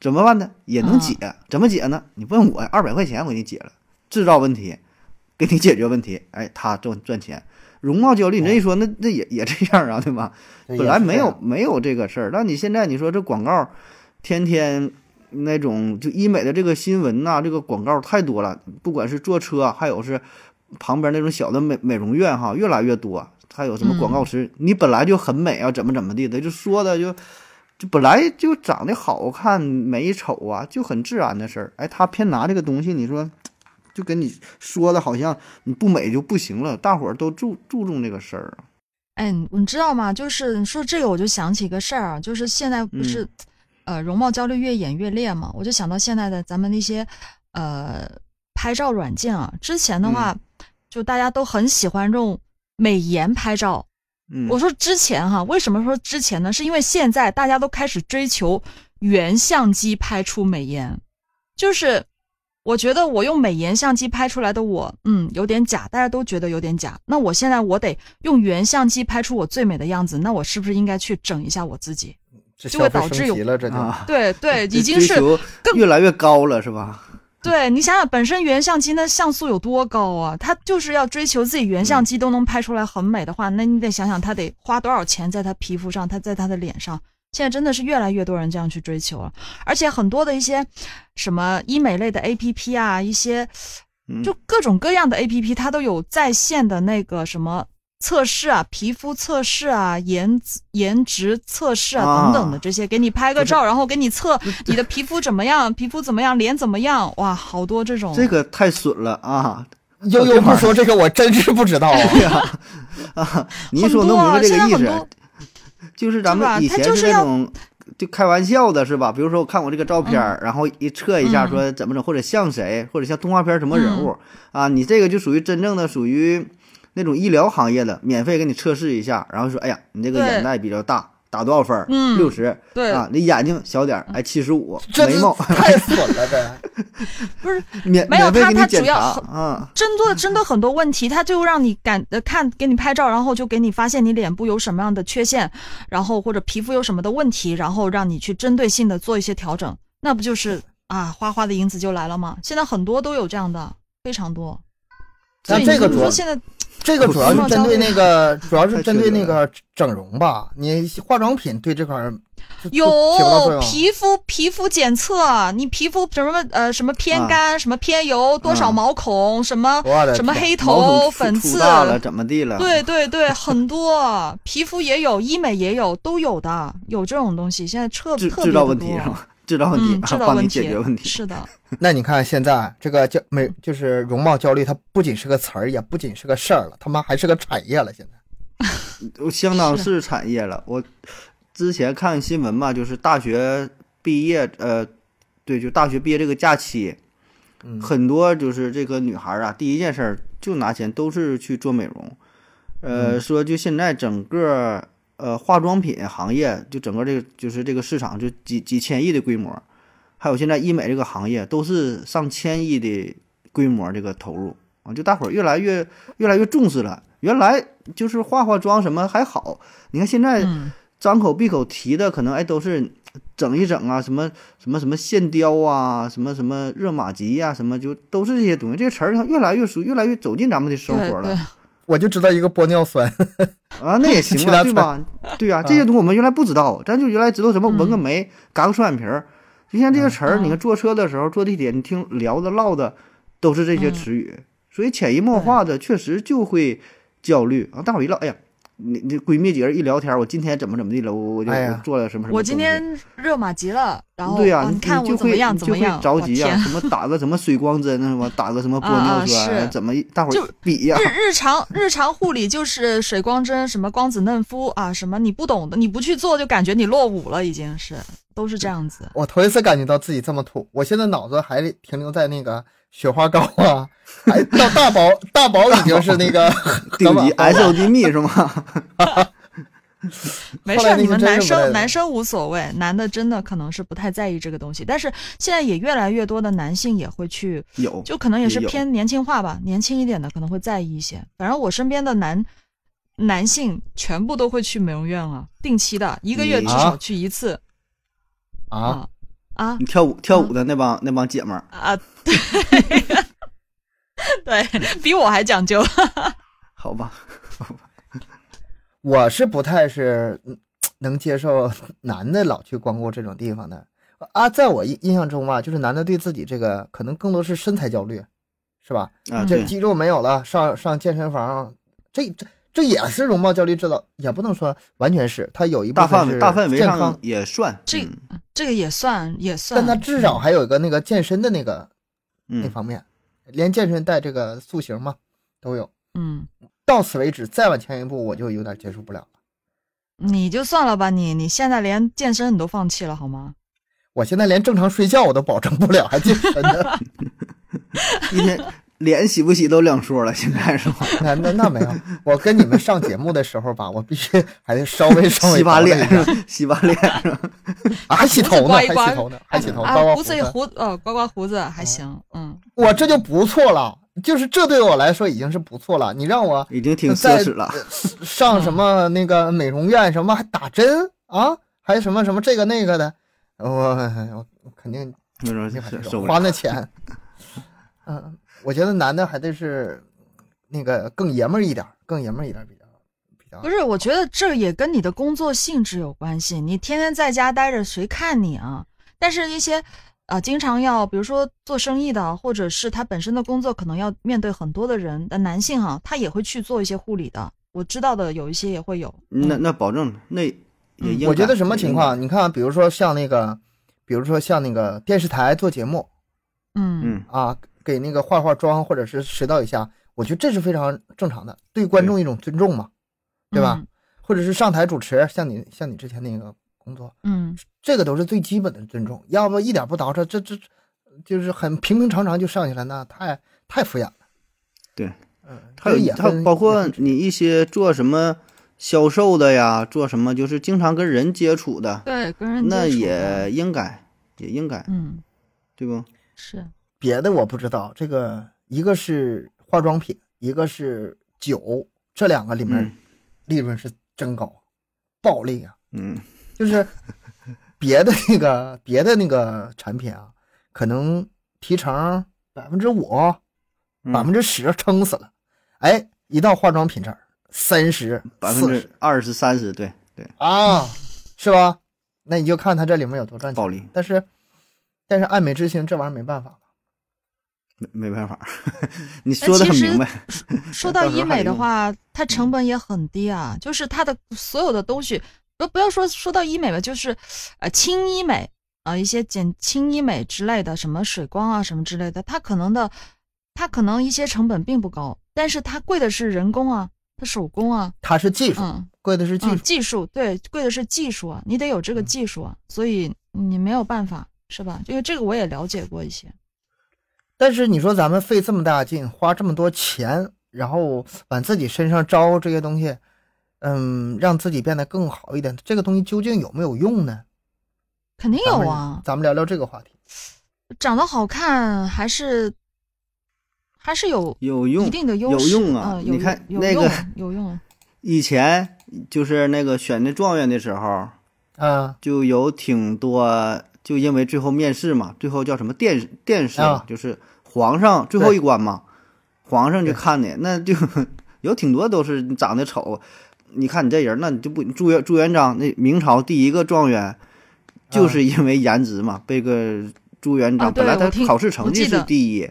怎么办呢？也能解，怎么解呢？你问我，哎二百块钱我给你解了，制造问题，给你解决问题，哎，他赚赚钱。容貌焦虑，你这一说，那那也也这样啊，对吧？本来没有没有这个事儿，但你现在你说这广告，天天那种就医美的这个新闻呐、这个广告太多了，不管是坐车啊，还有是旁边那种小的美美容院哈，越来越多。还有什么广告词，你本来就很美啊，怎么怎么地的，就说的就就本来就长得好看美丑啊，就很自然的事儿。哎，他偏拿这个东西，你说就跟你说的好像你不美就不行了，大伙儿都注注重这个事儿啊。
哎，你你知道吗？就是你说这个，我就想起一个事儿啊，就是现在不是、呃容貌焦虑越演越烈嘛，我就想到现在的咱们那些呃拍照软件啊，之前的话、就大家都很喜欢用美颜拍照，
嗯，
我说之前哈，为什么说之前呢？是因为现在大家都开始追求原相机拍出美颜，就是我觉得我用美颜相机拍出来的我，嗯，有点假，大家都觉得有点假。那我现在我得用原相机拍出我最美的样子，那我是不是应该去整一下我自己？
这
就
消
会
费
导致
升
有
级了，这就。
啊，
对对，
这
已经
追
是
求
更
越来越高了，是吧？
对你想想，本身原相机那像素有多高啊？他就是要追求自己原相机都能拍出来很美的话，那你得想想他得花多少钱在他皮肤上，他在他的脸上。现在真的是越来越多人这样去追求了，而且很多的一些什么医美类的 A P P 啊，一些
嗯
就各种各样的 A P P，它都有在线的那个什么测试啊、皮肤测试啊、颜颜值测试啊
啊
等等的这些，给你拍个照，然后给你测你的皮肤怎么样， [LAUGHS] 皮肤怎么样，脸怎么样，哇，好多这种。
这个太损了啊！
悠悠不说这个，我真是不知
[LAUGHS]
道啊。
对呀、啊，你一说
很多
能
啊
明白这
现
个
在
意
很
思
多，
就是咱
是吧
们以
他
前
就是
那
要
种就开玩笑的是吧？比如说我看我这个照片儿，然后一测一下
嗯
说怎么整，或者像谁，或者像动画片儿什么人物、
嗯
啊？你这个就属于真正的属于那种医疗行业的，免费给你测试一下，然后说哎呀，你这个
对
眼袋比较大，打多少分儿？
嗯
六十。
对嗯
啊，你眼睛小点儿，哎，七十五，
这
眉
是
毛
太损了，
[LAUGHS]
这
不是
免
没有
免费
他
给
他
你
主
检查
要
啊，
针对针对很多问题，他就让你感呃看给你拍照，然后就给你发现你脸部有什么样的缺陷，然后或者皮肤有什么的问题，然后让你去针对性的做一些调整，那不就是啊花花的银子就来了吗？现在很多都有这样的，非常多。
那
所以
这个
你
主
说
要
现在
这个主要是针对那个，主要是针对那
太缺德
个整容吧。你化妆品对这块儿
[LAUGHS] 有
起不到作用。
皮肤皮肤检测，你皮肤什么呃什么偏
啊
干，什么偏油，多少
嗯
毛孔，什么
我的
什么
天
黑
毛
头
孔出
粉
出
刺，
大了，怎么地了？
对对对，很多皮肤也有，医美也有，都有的，有这种东西，现在特
制
特别
制造
的
问题
多
是吗？制造问题 [LAUGHS]
嗯，，
啊
知道
帮
问
你
题，
解决问题。
是的，
那你看现在这个焦美就是容貌焦虑，它不仅是个词儿，也不仅是个事儿了，他妈还是个产业了。现在
我相当
是
是产业了。我之前看新闻嘛，就是大学毕业，呃，对，就大学毕业这个假期，
嗯
很多就是这个女孩儿啊，第一件事儿就拿钱都是去做美容。呃，说就现在整个呃化妆品行业，就整个这个就是这个市场就几几千亿的规模，还有现在医美这个行业都是上千亿的规模这个投入啊，就大伙儿越来越越来越重视了。原来就是化化妆什么还好，你看现在
嗯，
张口闭口提的可能哎都是整一整啊，什么什么什么线雕啊，什么什么热玛吉呀、什么就都是这些东西。这些词儿越来越熟，越来越走进咱们的 [LAUGHS] [LAUGHS] 生活
对
了
对，
我就知道一个玻尿酸， [LAUGHS]
啊，那也行
其
啊，
他
对
词
吧？对啊，这些东西我们原来不知道，咱就原来知道什么纹个眉、嘎个双眼皮儿，就像这些词儿，
嗯
你看坐车的时候、坐地铁，你听聊的唠的都是这
嗯
些词语，所以潜移默化的确实就会焦虑啊。大伙一唠，哎呀，你你闺蜜几个人一聊天，我今天怎么怎么地了，我我就
哎呀
我做了什么什么东西。
我今天热玛吉了，然后
对呀、
啊
你
你看
就
我怎
会
么样
你
怎
就
么
会
样，
着
我
急啊呀、
天
什么打个什么水光针什么，打个什么玻
啊
尿
啊
酸，
是
怎么一大伙
就
儿比呀、
日日常日常护理就是水光针，什么光子嫩肤啊，什么你不懂的，你不去做就感觉你落伍了，已经是都是这样子。
我头一次感觉到自己这么土。我现在脑子还停留在那个雪花膏啊， [LAUGHS] 还到大宝大宝已经是那个 [LAUGHS]
顶
等
级
等
S O D 蜜是吗？ [LAUGHS]
没
后
事
来
儿，
那
你
个
们
真
男
是不太
生
懂
男生无所谓，男的真的可能是不太在意这个东西，但是现在也越来越多的男性也会去，
有，
就可能也是
也有
偏年轻化吧，年轻一点的可能会在意一些。反正我身边的男男性全部都会去美容院了，定期的一个月
你
至
啊
少去一次
啊，
啊
你跳舞
嗯
跳舞的那帮、那帮姐们儿，
啊！对， [LAUGHS] 对比我还讲究。
好吧？
我是不太是嗯能接受男的老去光顾这种地方的啊。在我印印象中吧，就是男的对自己这个可能更多是身材焦虑，是吧？
啊，
嗯
这
对，
肌肉没有了，上上健身房，这这这也是容貌焦虑制造，也不能说完全是，它有一部
大范
分是
围大范围
健康
上，也算，
这
嗯
这个也算也算，
但它至少还有一个那个健身的那个那
嗯，
方面，连健身带这个塑形嘛都有。
嗯，
到此为止，再往前一步我就有点接受不了了。
嗯你就算了吧，你你现在连健身你都放弃了好吗？
我现在连正常睡觉我都保证不了，还健身
[LAUGHS]
呢？
一天脸洗不洗都两说了，现在是
[LAUGHS]
吧？
那那那没有，我跟你们上节目的时候吧，我必须还得稍微稍微
洗把
保证
脸
一下
是吧？ [LAUGHS] 洗把脸是吧？
啊，还洗头呢，
刮
还
一刮
洗头呢，还洗头，
啊
哦刮刮
胡
胡
子
子哦
也，胡呃刮刮胡子还行，嗯，
我这就不错了，就是这对我来说已经是不错了。你让我
已经挺奢
在
侈了。
上什么那个美容院，什么还打针啊，还什么什么这个那个的，我我我肯定
那种
肯定还是
受不了
花那钱。嗯，我觉得男的还得是那个更爷们儿一点儿，更爷们儿一点儿比较比较
不。是，我觉得这也跟你的工作性质有关系。你天天在家待着，谁看你啊？但是一些呃，经常要比如说做生意的，或者是他本身的工作可能要面对很多的人的男性哈、他也会去做一些护理的。我知道的有一些也会有，
那那保证那也
嗯
应该
我觉得什么
也
情
应该
况？你看，比如说像那个，比如说像那个电视台做节目
嗯
嗯，
啊，给那个化化妆或者是指导一下，我觉得这是非常正常的，对观众一种尊重嘛，对
嗯
吧？？或者是上台主持，像你像你之前那个工作，
嗯，
这个都是最基本的尊重，要不一点不捯饬，这这这就是很平平常常就上去了，那太太敷衍了。
对，
嗯，
还有
这
一
也
还有
分
包括
也分
你一些做什么销售的呀，做什么就是经常跟人接触的，
对，跟人
那
接触
也
的
应该也应该
嗯
对不？
是
别的我不知道，这个一个是化妆品，一个是酒，这两个里面
嗯
利润是真高，暴利啊！
嗯， [LAUGHS]
就是别的那个别的那个产品啊，可能提成百分之五、
嗯
百分之十，撑死了。哎，一到化妆品这儿，三十、
百分
四
之
十
二十三十，对对，
啊，是吧？那你就看他这里面有多赚钱。
暴利
但是，但是爱美之心这玩意儿没办法了
没没办法， [LAUGHS] 你说的很明白。
说
到
到
时候
医
还
美的
用嗯
话，它成本也很低啊，就是它的所有的东西，不不要说说到医美吧，就是呃轻医美啊、呃一些减轻医美之类的，什么水光啊什么之类的，它可能的，它可能一些成本并不高，但是它贵的是人工啊，它手工啊，
它是技术，
嗯，
贵的是技
嗯
术。
技术对，贵的是技术啊，你得有这
嗯
个技术啊，所以你没有办法是吧？因为这个我也了解过一些，
但是你说咱们费这么大劲，花这么多钱，然后往自己身上招这些东西，嗯，让自己变得更好一点，这个东西究竟有没有用呢？
肯定
咱
有
们
啊。
咱们聊聊这个话题。
长得好看还是还是有
有
一
用，
定的优势，
有用啊
嗯
你看
有
那
用
个
有用，
以前就是那个选那状元的时候，
啊
就有挺多，就因为最后面试嘛，最后叫什么殿殿试嘛
啊，
就是皇上最后一关嘛，皇上就
对
看你，那就 [LAUGHS] 有挺多都是你长得丑，你看你这人，那你就不朱元朱元璋那明朝第一个状元，就是因为颜值嘛，被个朱元璋、
啊对
本来
我
他
听
考试成绩
我记得
是第一，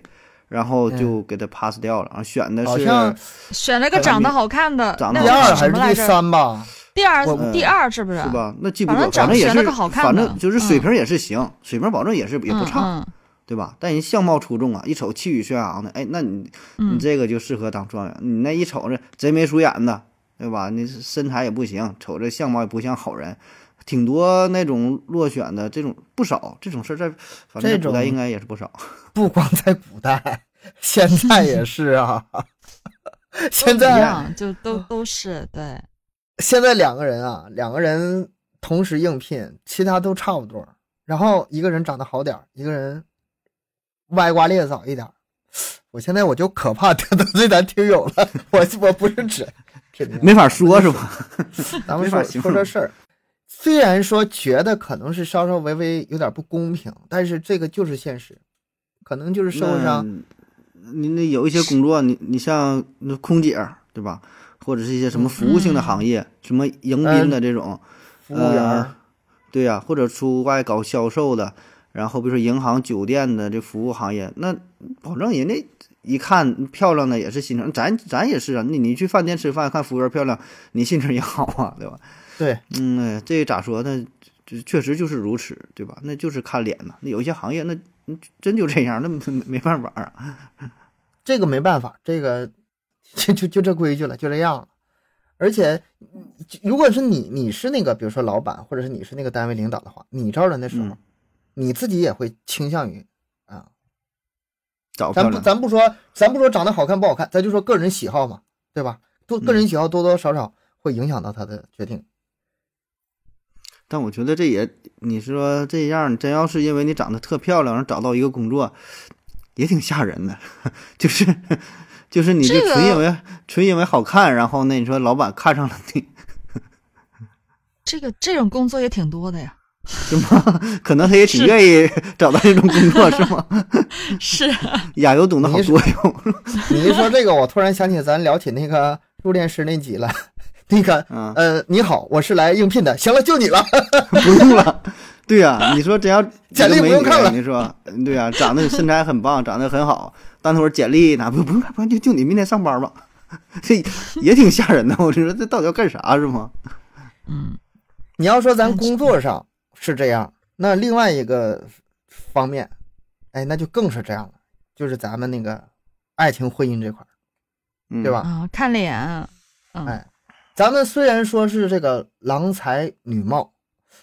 然后就给他 pass 掉了，然后选的
好
是
像
选了个长得好看的，
长得
那
第
个
好
二还
叫什
是
么
第
来着？
三吧？
第二
我
第二是不是？
是吧？那记不
啊反
得，
正长
反正也
选
是
了个好，看
反
的
正就是
嗯
水平也是行，水平保证也是也不差。
嗯
对吧？但人相貌出众啊，一瞅气宇轩昂的，哎，那你
嗯
你
嗯
这个就适合当状元，你那一瞅着贼眉鼠眼的，对吧？你身材也不行，瞅着相貌也不像好人，挺多那种落选的这种不少，这种事儿在反正在
这
古代
种
应该也是不少。
不光在古代， [LAUGHS] 现在也是啊。 [LAUGHS] 现
都一
在
样就都
嗯
都是对，
现在两个人啊，两个人同时应聘，其他都差不多。然后一个人长得好点儿，一个人歪瓜裂枣一点儿。我现在我就可怕 [LAUGHS] 得罪咱听友了，我我不是指指
[LAUGHS]
名
没法说是吧？
咱们
没法
说
形
说这
容
事儿，虽然说觉得可能是稍稍微微有点不公平，但是这个就是现实，可能就是社会
嗯
上
那，你那有一些工作，你你像那空姐儿对吧，或者是一些什么服务
嗯
性的行业，什么迎宾的这种，
服务员儿、
呃对呀、或者出外搞销售的，然后比如说银行、酒店的这服务行业，那保证人家一看漂亮的也是心情，咱咱也是啊，你你去饭店吃饭看服务员漂亮，你心情也好啊，对吧？
对，
嗯，哎这咋说呢？这确实就是如此，对吧？那就是看脸呐、那有一些行业那嗯真就这样，那没没办法啊。
这个没办法，这个就就就这规矩了，就这样了。而且，嗯如果是你，你是那个，比如说老板，或者是你是那个单位领导的话，你招人的时候，
嗯
你自己也会倾向于啊，
找漂
咱不
亮，
咱不说，咱不说长得好看不好看，咱就说个人喜好嘛，对吧？多
嗯
个人喜好多多少少会影响到他的决定。
但我觉得这也，你说这样，真要是因为你长得特漂亮，然后找到一个工作，也挺吓人的， [LAUGHS] 就是就是你就
这个
纯因为、纯因为好看，然后那你说老板看上了你，
这个这种工作也挺多的呀，
是吗？可能他也挺
是
愿意 [LAUGHS] 找到这种工作，是吗？ [LAUGHS] 嗯
[LAUGHS] 是
亚游懂得好
你是
作 [LAUGHS] 用，
[LAUGHS] 你一说这个，我突然想起咱聊起那个入殓师那集了，那个
嗯，
呃，你好，我是来应聘的，行了，就你了。 [LAUGHS]
不用了。对呀、你说真要
简历
一个
不
美
用看了
女，你说对呀、长得身材很棒，长得很好，但那会儿简历哪不不用看，不用就就你明天上班吧， [LAUGHS] 这也挺吓人的。我就说这到底要干啥是吗？
嗯
你要说咱
但是
工作上是这样，那另外一个方面，哎，那就更是这样了，就是咱们那个爱情婚姻这块儿，
嗯
对吧？
啊看脸，嗯
哎咱们虽然说是这个郎才女貌，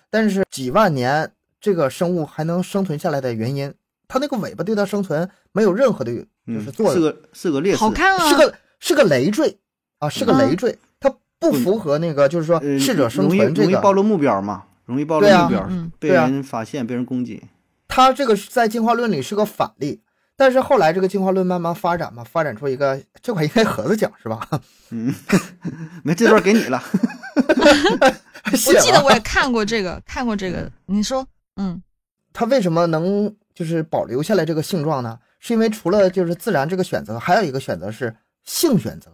但是几万年这个生物还能生存下来的原因，它那个尾巴对它生存没有任何的就是作
嗯是
用，
个是个劣势，
好看啊，
是个是个累赘啊，是个
嗯
累赘，它不符合那个就是说
呃
适者生存这
容易容易暴
个，
露目标嘛，容易暴露
对啊
目标，
嗯嗯
被
对啊
人发现，被人攻击。
它这个是在进化论里是个反例。但是后来这个进化论慢慢发展嘛，发展出一个这块应该盒子讲是吧？ [LAUGHS]
没这段给你了，
我
啊
谢
记
了
得我也看
[LAUGHS]
过这个，看过这个，你说嗯
它为什么能就是保留下来这个性状呢？是因为除了就是自然这个选择，还有一个选择是性选择，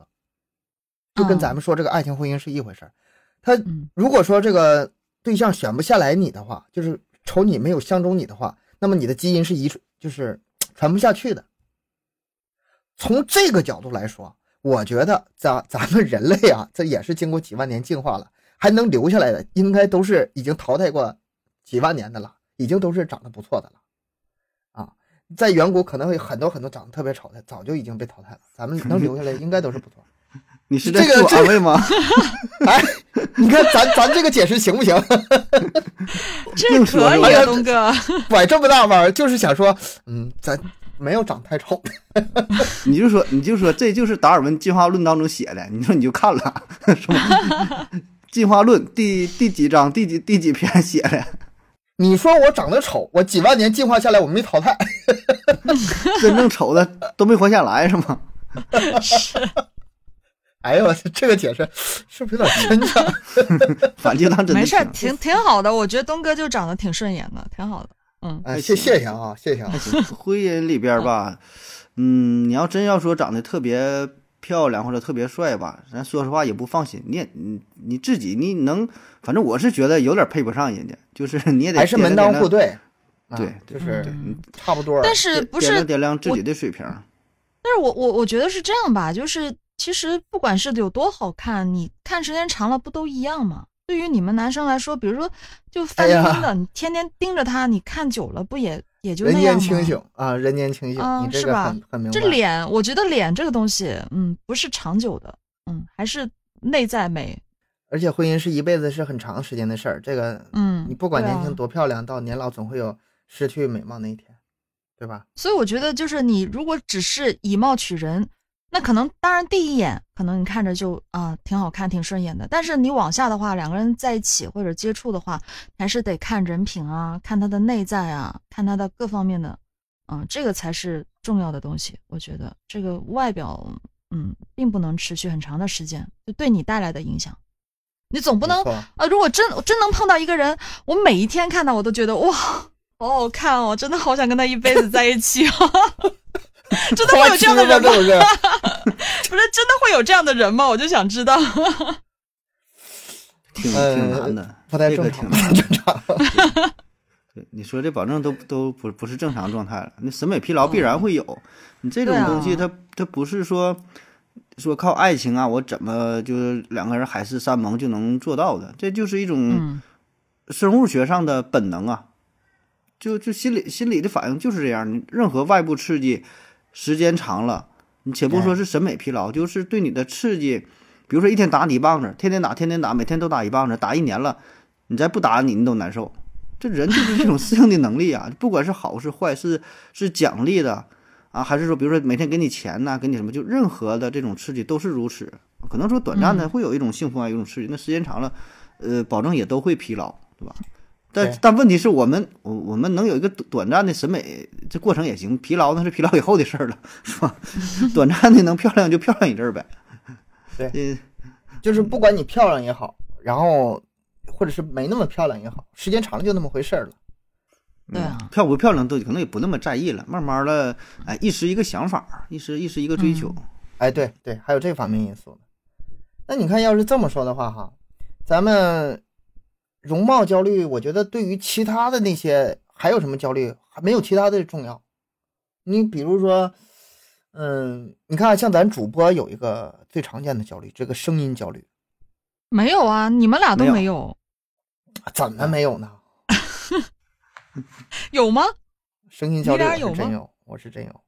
就跟
嗯
咱们说这个爱情婚姻是一回事儿。它
嗯
如果说这个对象选不下来你的话，就是瞅你没有相中你的话，那么你的基因是遗传，就是传不下去的。从这个角度来说，我觉得咱咱们人类啊，这也是经过几万年进化了，还能留下来的，应该都是已经淘汰过几万年的了，已经都是长得不错的了。啊，在远古可能会很多很多长得特别丑的，早就已经被淘汰了。咱们能留下来，应该都是不错。
你是在
这个
自我安慰吗？
哎，你看咱咱这个解释行不行？
这可以
哎
啊，
呀
东
[LAUGHS]
哥。
[LAUGHS] 拐这么大弯儿，就是想说，嗯，咱没有长太丑。 [LAUGHS]
你就说，你就说，这就是达尔文进化论当中写的。你说你就看了，是吗？ [LAUGHS] 进化论第第几章第几第几篇写的？
你说我长得丑，我几万年进化下来我没淘汰，
真正丑的都没活下来，是吗？
哎呦，我这个解释是不是有点牵强？
[LAUGHS] 反正就当真
没
的
事儿，
行
挺挺好的。我觉得东哥就长得挺顺眼的，挺好的。嗯，
哎，谢谢谢啊，谢谢啊，
灰人里边儿吧，嗯，你要真要说长得特别漂亮或者特别帅吧，咱说实话也不放心。你也你你自己你能，反正我是觉得有点配不上人家，就是你也得
还是门当户
对，
对，啊
对对
就是
嗯
差不多。
但是不
掂
是
量掂量自己的水平。
但是我我我觉得是这样吧，就是其实不管是有多好看，你看时间长了不都一样吗？对于你们男生来说，比如说就范冰冰
哎
的，你天天盯着她，你看久了不也也就那
人
样
间
吗？
清醒啊，人间清醒，
啊
你这
是
个
吧
很很明白。
这脸，我觉得脸这个东西，嗯，不是长久的，嗯，还是内在美，
而且婚姻是一辈子是很长时间的事儿，这个
嗯，
你不管
对啊
年轻多漂亮，到年老总会有失去美貌那一天，对吧？
所以我觉得，就是你如果只是以貌取人，那可能当然第一眼可能你看着就啊、挺好看、挺顺眼的，但是你往下的话，两个人在一起或者接触的话，还是得看人品啊，看他的内在啊，看他的各方面的，嗯、这个才是重要的东西。我觉得这个外表，嗯，并不能持续很长的时间，就对你带来的影响，你总
不
不能啊，如果真真能碰到一个人，我每一天看到我都觉得哇，好好看哦，真的好想跟他一辈子在一起哦。 [LAUGHS] 真的会有这样的
[LAUGHS]
人吗？
这种事儿
不是真的会有这样的人吗？我就想知道。
挺
呃
挺难的，
不太
这个
正
挺
常，
难的。
不太正常。
对你说这保证都都不不是正常状态了，那审美疲劳必然会有。你这种
嗯对啊
东西它，它不是说说靠爱情啊，我怎么就是两个人海誓山盟就能做到的？这就是一种
嗯，
生物学上的本能啊，就就心理心理的反应就是这样。你任何外部刺激，时间长了，你且不说是审美疲劳，就是对你的刺激，比如说一天打你一棒子，天天打，天天打，每天都打一棒子，打一年了，你再不打你，你都难受。这人就是这种适应的能力啊，不管是好是坏，是是奖励的啊，还是说比如说每天给你钱呐、给你什么，就任何的这种刺激都是如此。可能说短暂
嗯
的会有一种幸福啊，有一种刺激，那时间长了，呃，保证也都会疲劳，对吧？但
对
但问题是我们我我们能有一个短短暂的审美这过程也行，疲劳那是疲劳以后的事儿了，是吧？ [LAUGHS] 短暂的能漂亮就漂亮一阵儿呗。
对
[LAUGHS] 嗯，
就是不管你漂亮也好，然后或者是没那么漂亮也好，时间长了就那么回事儿了。
对啊，
漂不漂亮都可能也不那么在意了，慢慢的，哎，一时一个想法，一时一时一个追求，
哎，对对，还有这方面因素呢。那你看，要是这么说的话，哈，咱们容貌焦虑，我觉得对于其他的那些还有什么焦虑，还没有其他的重要。你比如说，嗯，你看，像咱主播有一个最常见的焦虑，这个声音焦虑，
[LAUGHS] 没有啊，你们俩都没
没
有，
怎么没有呢？
有吗？
声音焦虑
你
我
俩有
是真
吗
有，我是真有。 [LAUGHS]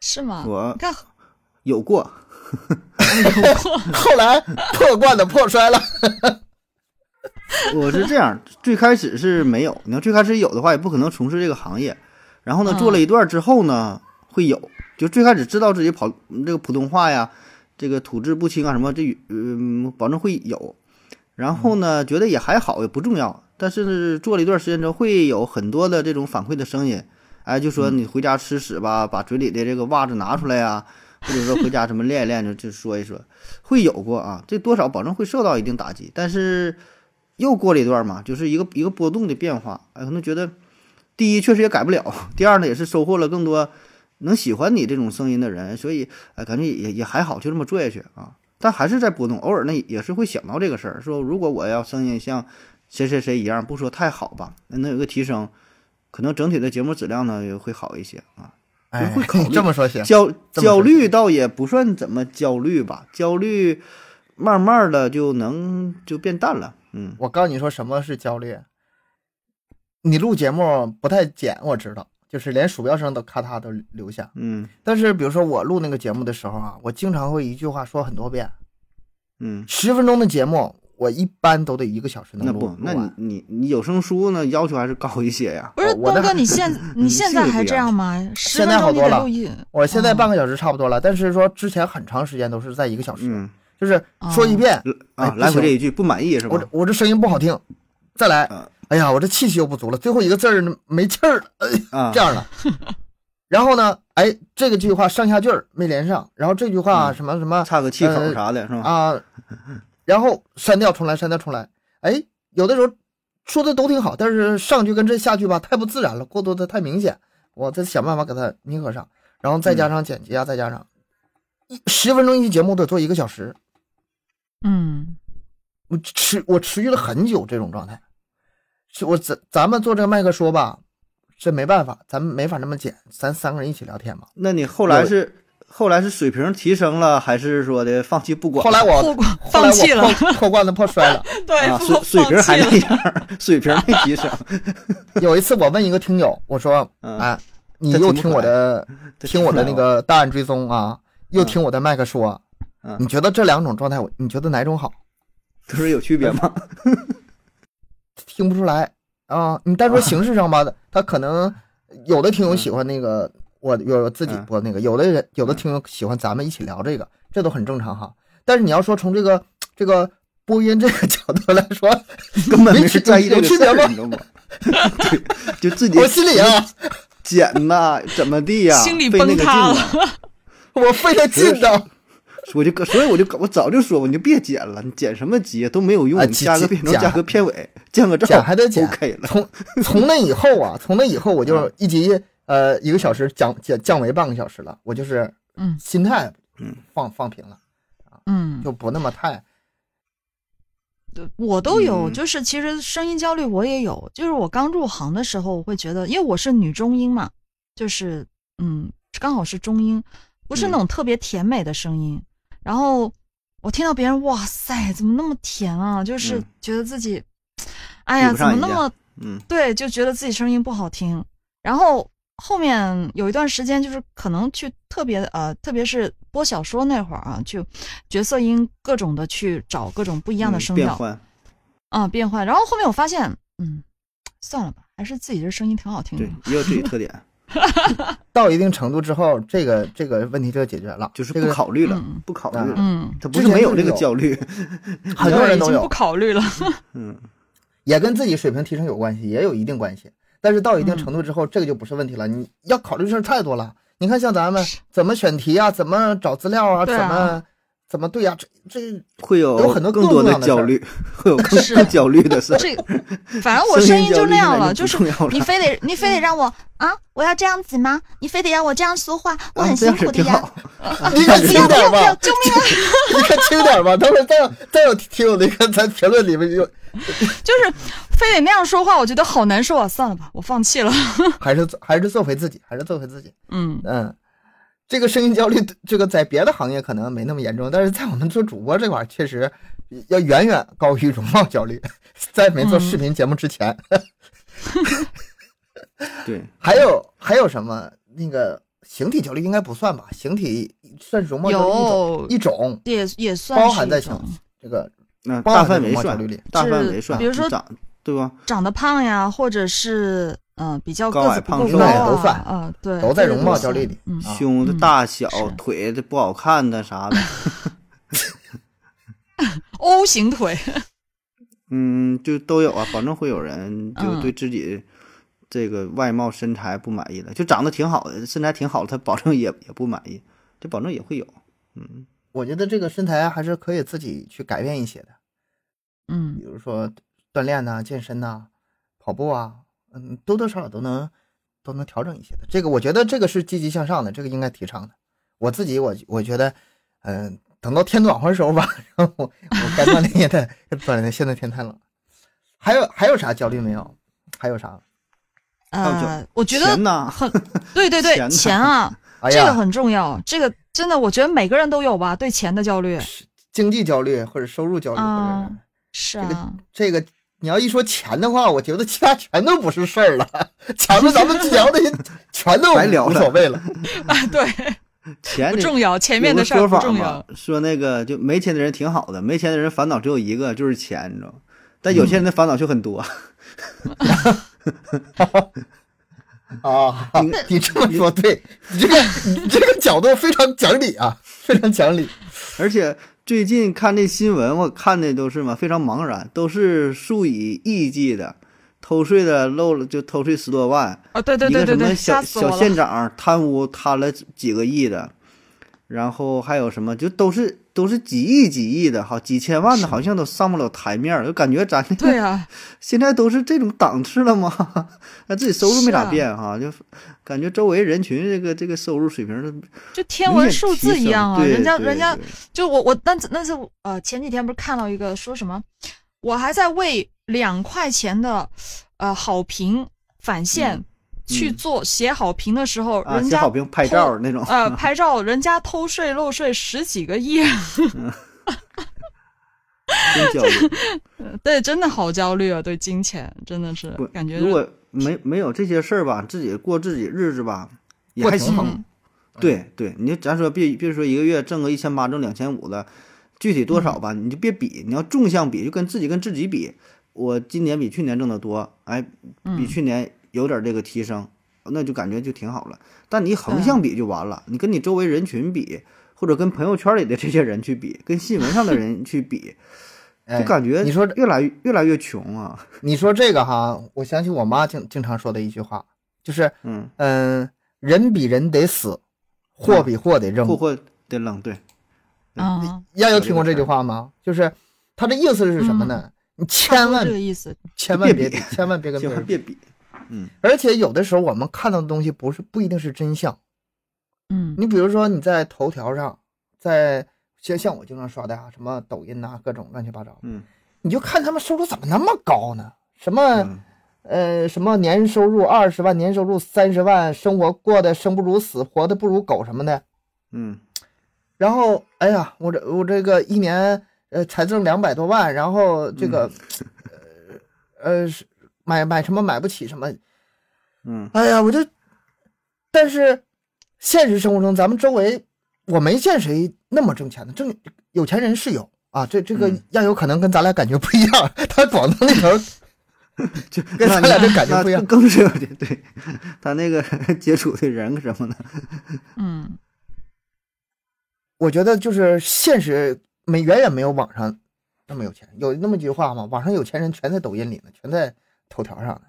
是吗？你
我
哦
看，
有过，
后来破罐子破摔了，
[LAUGHS] 我是这样，最开始是没有，你要最开始有的话，也不可能从事这个行业。然后呢，
嗯
做了一段之后呢，会有，就最开始知道自己跑嗯这个普通话呀，这个吐字不清啊什么，这语嗯，保证会有。然后呢，觉得也还好，也不重要。但是做了一段时间之后，会有很多的这种反馈的声音，哎，就说你回家吃屎吧，把嘴里的这个袜子拿出来呀、或者说回家什么练一练，就就说一说，会有过啊，这多少保证会受到一定打击，但是又过了一段嘛，就是一个一个波动的变化，哎，可能觉得第一确实也改不了， [LAUGHS] 第二呢也是收获了更多能喜欢你这种声音的人，所以哎，感觉也也还好，就这么做下去啊，但还是在波动，偶尔呢也是会想到这个事儿，说如果我要声音像谁谁谁一样，不说太好吧，那能有个提升，可能整体的节目质量呢也会好一些啊。
哎
会考虑，
这么说行，
焦
这么
焦
说
虑倒也不算怎么焦虑吧，焦虑慢慢的就能就变淡了。嗯，
我告诉你说什么是焦虑。你录节目不太剪，我知道，就是连鼠标声都咔嗒都留下。
嗯
但是比如说我录那个节目的时候啊，我经常会一句话说很多遍，
嗯，
十分钟的节目，我一般都得一个小时能
那
录
不，那
录
你
完
你你有声书呢，要求还是高一些
[LAUGHS]
呀。
不是
哦我
东
的
哥，你现你现在还这样吗？十
现
分
在好
钟你
多
得
了
录一，
我现在
哦
半个小时差不多了，但是说之前很长时间都是在一个小时，
嗯
就是说一遍，哎
啊，
不
来回
行
这一句不满意是
我
吧
这？我这声音不好听，再来
嗯，
哎呀，我这气息又不足了，最后一个字儿呢没气儿了，
啊
这，样了。然后呢，哎，这个句话上下句儿没连上，然后这句话
嗯
什么什么
差个气口
呃
啥的是吧？
啊，然后删掉重来，删掉重来。哎，有的时候说的都挺好，但是上句跟这下句吧太不自然了，过多的太明显，我再想办法给它弥合上，然后再加上剪辑啊，再加上一十分钟一期节目得做一个小时，
嗯，
我持我持续了很久这种状态，是我咱咱们做这个麦克说吧，这没办法，咱们没法那么剪，咱三个人一起聊天嘛。
那你后来
有
是后来是水平提升了，还是说的放弃不管了？
后来我
破
[LAUGHS]
罐
后来
放弃
我
了，
破破罐子破摔了。
对
啊，，水
放
水平
放
还那
弃了，
样儿，水平没提升。
有一次我问一个听友，我说：“
嗯
啊，你
这
又
挺
听
可
我
爱
的
这
听我的那
挺好，
个大案追踪啊，又听我的麦克说
嗯，
你觉得这两种状态，我你觉得哪种好？
他说有区别
[LAUGHS]
吗？
听不出来啊。你单说形式上
[LAUGHS]
吧，他可能有的听友喜欢那个
嗯
我有自己播那个，有的人有的听友喜欢咱们一起聊这个，这都很正常哈。但是你要说从这个这个播音这个角度来说，
根本
没
没
区
在意这
有
个
区
事
别
儿，
吗
你知道吗？ [LAUGHS] 对，就自己
我心里啊，
剪呐，怎么地呀？
心里
费那
崩
个劲
塌
呢
了。
我费了劲的。
我就搁所以我就搁我早就说过，你就别剪了，你剪什么辑都没有用，
啊
你
剪
加个
剪
片头，
剪
加个片尾，降个
剪
照
还得剪
，OK 了。
从从那以后啊，从那以后我
嗯
就一集呃一个小时降降降为半个小时了，我就是
嗯
心态
嗯
放放平了，
嗯，
就不那么太
对我都有，
嗯
就是其实声音焦虑我也有，就是我刚入行的时候，我会觉得，因为我是女中音嘛，就是嗯，刚好是中音，不
嗯
是那种特别甜美的声音。然后我听到别人，哇塞，怎么那么甜啊？就是
嗯
觉得自己，哎呀，
比不
怎
上
么
人
那
家
么
嗯
对，就觉得自己声音不好听。然后后面有一段时间，就是可能去特别呃，特别是播小说那会儿啊，去角色音各种的去找各种不一样的
嗯
声
变
调
换，
啊、变换。然后后面我发现，嗯，算了吧，还是自己这声音挺好听的
对。，也有自己特点，
到一定程度之后，这个这个问题就解决了，
就是
这
不
个
考虑了
嗯，
不考虑了。
嗯，
他不是没有这个
[LAUGHS]
焦虑，
[LAUGHS] 很多
对
人
已
都
经
有
不，考虑了。
嗯，
也跟自己水平提升有关系，也有一定关系。但是到一
嗯
定程度之后，这个就不是问题了。你要考虑事儿太多了。你看，像咱们怎么选题啊，怎么找资料啊，
对
怎
啊
么怎么对呀、这这
会有
有很多
更
更
多
重
的
要的事儿
焦虑，会有更
是
更焦虑的事
[LAUGHS]
儿。
这反正我
声
声
音
音
焦
就
虑
那样
现在
了，
就
就是
不重要了
你非得你非得让我啊，我要这样子吗？你非得让我这样说话，我
啊
很辛
这样
苦
也
的
挺
呀。
好。
你可轻点吧，
救
命啊！你可轻点吧，等会儿再有再有听友那个咱评论里面就
就是非得那样说话，我觉得好难受啊！算了吧，我放弃了。
还是做还是做回自己，还是做回自己。
嗯，
嗯，这个声音焦虑，这个在别的行业可能没那么严重，但是在我们做主播这块儿，确实要远远高于容貌焦虑。 [LAUGHS] 在没做
嗯
视频节目之前，
对，
还有还有什么那个形体焦虑应该不算吧？形体算是容貌焦
有
虑一种，一种
也也算
包
是
含
一
在
种
形这个
那
包
大
含
范
在
围
容貌焦
算
虑里，
大
是
范围算，
比如说
你长对吧？
长得胖呀，或者是嗯、呃比较
高
个
矮
子不
胖
够
瘦
高
对
啊，
都算
嗯、对，
都在
这个
容貌
都
焦虑
算
里
嗯，
啊
胸的
嗯
大小、
是
腿的不好看的啥的，
，O 型腿，
嗯，就都有啊，保证会有人就
嗯
对自己这个外貌身材不满意的，就长得挺好的，身材挺好的，他保证也也不满意，这保证也会有，嗯，
我觉得这个身材还是可以自己去改变一些的，比
嗯
如说锻炼呐、健身呐、跑步啊，嗯，多多少少都能都能调整一些的。这个我觉得这个是积极向上的，这个应该提倡的。我自己我我觉得，嗯、 [LAUGHS] 等到天暖和的时候吧，然后我我该锻炼也得锻炼，现在天太冷了。还有还有啥焦虑没有？还有啥？
还有
呃
就，
我觉得
钱呐，
很对对对
钱，呢
钱
[LAUGHS]
啊，
哎
这个
呀，
很重要，这个真的，我觉得每个人都有吧，对钱的焦虑。
经济焦虑或者收入焦虑，或者
啊
是
是
这个
啊，
这个你要一说钱的话，我觉得其他全都不是事儿了。 [LAUGHS] 前面咱们聊的也全都
白聊
无
了
所谓了。
啊，对，
钱
不
这
重要，前
有
面
个
的事儿
说
不
法
重
嘛
要。，
说那个就没钱的人挺好的，没钱的人烦恼只有一个，就是钱，你知道吗？但有些
嗯
人的烦恼就很多， [LAUGHS] [LAUGHS]
啊
你，
你这么说对，你这个你这个角度非常讲理啊，非常讲理。
而且最近看这新闻，我看的都是嘛，非常茫然，都是数以亿计的偷税的，漏了就偷税十多万，
啊，对对对对
一个
对，
什么小
吓死我
小
了。
县长贪污贪了几个亿的，然后还有什么就都是都是几亿几亿的，好几千万的，好像都上不了台面儿，就感觉咱这个
对 [LAUGHS] 啊，
[LAUGHS] 现在都是这种档次了吗？那自己收入没
啊
咋变哈、就感觉周围人群这个这个收入水平都
就天
明
文
显
数
提
字一
升
样啊，
对
人家
对
人家
对
就我我但那是呃前几天不是看到一个说什么，我还在为两块钱的呃好评返现、
嗯
去
嗯
做写好评的时候，
啊，
人
写
家
好评拍照那
[LAUGHS]
种，
呃拍照，人家偷税漏税十几个亿，啊
真焦虑。
对，真的好焦虑啊，对金钱真的是
不
[LAUGHS] 感觉
如果没没有这些事儿吧，自己过自己日子吧，也
过
还
挺
行
好。
对对，你就咱说别别说一个月挣个一千八，挣两千五的，具体多少吧，你就别比，你要纵向比，就跟自己跟自己比，我今年比去年挣得多，哎，
嗯
比去年有点这个提升，那就感觉就挺好了。但你一横
对
啊
向比就完了，你跟你周围人群比，或者跟朋友圈里的这些人去比，跟新闻上的人去比，
[LAUGHS] 哎
就感觉
你说
越来越越来越穷啊，
你说这个哈，我想起我妈经经常说的一句话，就是
嗯，
嗯、人比人得死，货比货得扔。
霍霍得冷，对，
啊，
丫有听过这句话吗？就是他的意思是什么呢？你
差
千
不多
万
嗯这个意思，
千万别
别比
千万别跟别
千
人
万
比，
别比，
而且有的时候我们看到的东西不是不一定是真相。
嗯
你比如说你在头条上，在像像我经常刷的啊，什么抖音呐、各种乱七八糟，
嗯
你就看他们收入怎么那么高呢？什么、
嗯
呃什么年收入二十万，年收入三十万，生活过得生不如死，活得不如狗什么的。
嗯，
然后哎呀，我这我这个一年呃才挣两百多万，然后这个、呃呃是买买什么买不起什么，
嗯，
哎呀，我就，但是现实生活中咱们周围我没见谁那么挣钱的，挣有钱人是有啊，这这个
嗯
亚有可能跟咱俩感觉不一样， [LAUGHS] 他广东那头儿
就
跟咱俩这感觉
那
不一样
[LAUGHS] 更更是有点对，他那个 [LAUGHS] 接触的人什么的，
嗯，
我觉得就是现实没远远没有网上那么有钱。有那么句话吗？网上有钱人全在抖音里呢，全在头条上呢。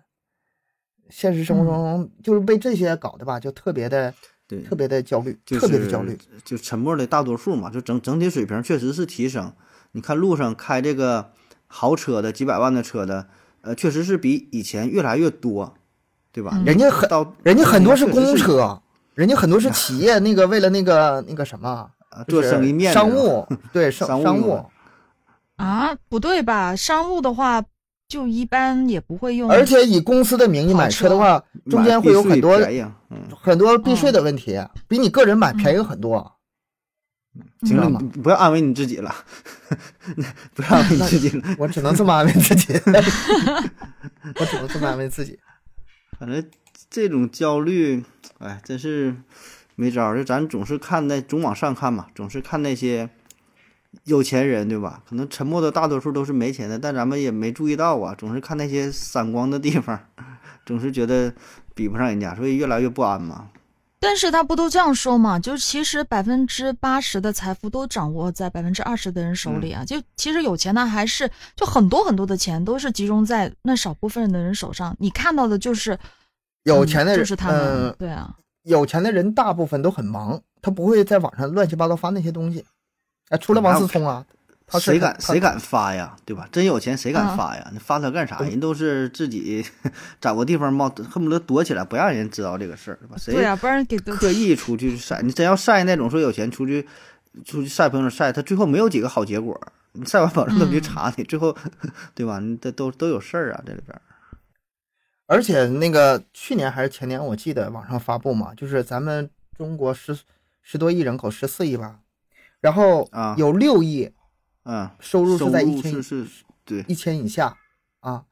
现实
嗯
生活中就是被这些搞的吧，就特别的、
对，
特别的焦虑，
就是
特别的焦虑。，
就沉默的大多数嘛，就整整体水平确实是提升。你看路上开这个豪车的、几百万的车的，呃，确实是比以前越来越多，对吧？
嗯
人家很，
到
人家很多是
确实
公车，人家很多是企业那个为了那个那个什么，
啊
就
哎做
是
生意面子
商务，
[LAUGHS]
对商
商务
商
用
务
的，
啊，不对吧？商务的话，就一般也不会用，
而且以公司的名义买
跑
车的
车
话，中间会有
买
很
避税
多
便宜啊，嗯，
很多避税的问题，比你个人买便宜很多。
行了，
嗯
你不要安慰你自己了， [LAUGHS] 不要安慰你自己了，
[LAUGHS] 我只能这么安慰自
[LAUGHS]
己， [LAUGHS] 我只能这么安慰自己。
反正这种焦虑，哎，真是没招儿。就咱总是看那，总往上看嘛，总是看那些有钱人，对吧？可能沉默的大多数都是没钱的，但咱们也没注意到啊，总是看那些闪光的地方， [LAUGHS] 总是觉得比不上人家，所以越来越不安嘛。
但是他不都这样说嘛？就是其实百分之八十的财富都掌握在百分之二十的人手里啊。
嗯
就其实有钱呢，还是就很多很多的钱都是集中在那少部分的人手上。你看到的就是
有钱的
嗯
人，
就是他们，
嗯
对啊，
有钱的人大部分都很忙，他不会在网上乱七八糟发那些东西。哎，除了王思聪啊，他是
谁敢
他
谁敢发呀，对吧？真有钱谁
啊
敢发呀？你发它干啥？
嗯
人都是自己 [LAUGHS] 找个地方冒，恨不得躲起来，不让人知道这个事儿，对吧？谁
对啊，不然给
[LAUGHS]
都
刻意出去晒，你真要晒那种说有钱出去出去晒朋友圈晒，他最后没有几个好结果，你晒完保证都去
嗯
查你，最后对吧？你这都都有事儿啊，这里边儿。
而且那个去年还是前年，我记得网上发布嘛，就是咱们中国十十多亿人口，十四亿吧，然后
啊
有六亿
嗯，
收入
收
是在一
入
千
是是，对，
一千以下啊。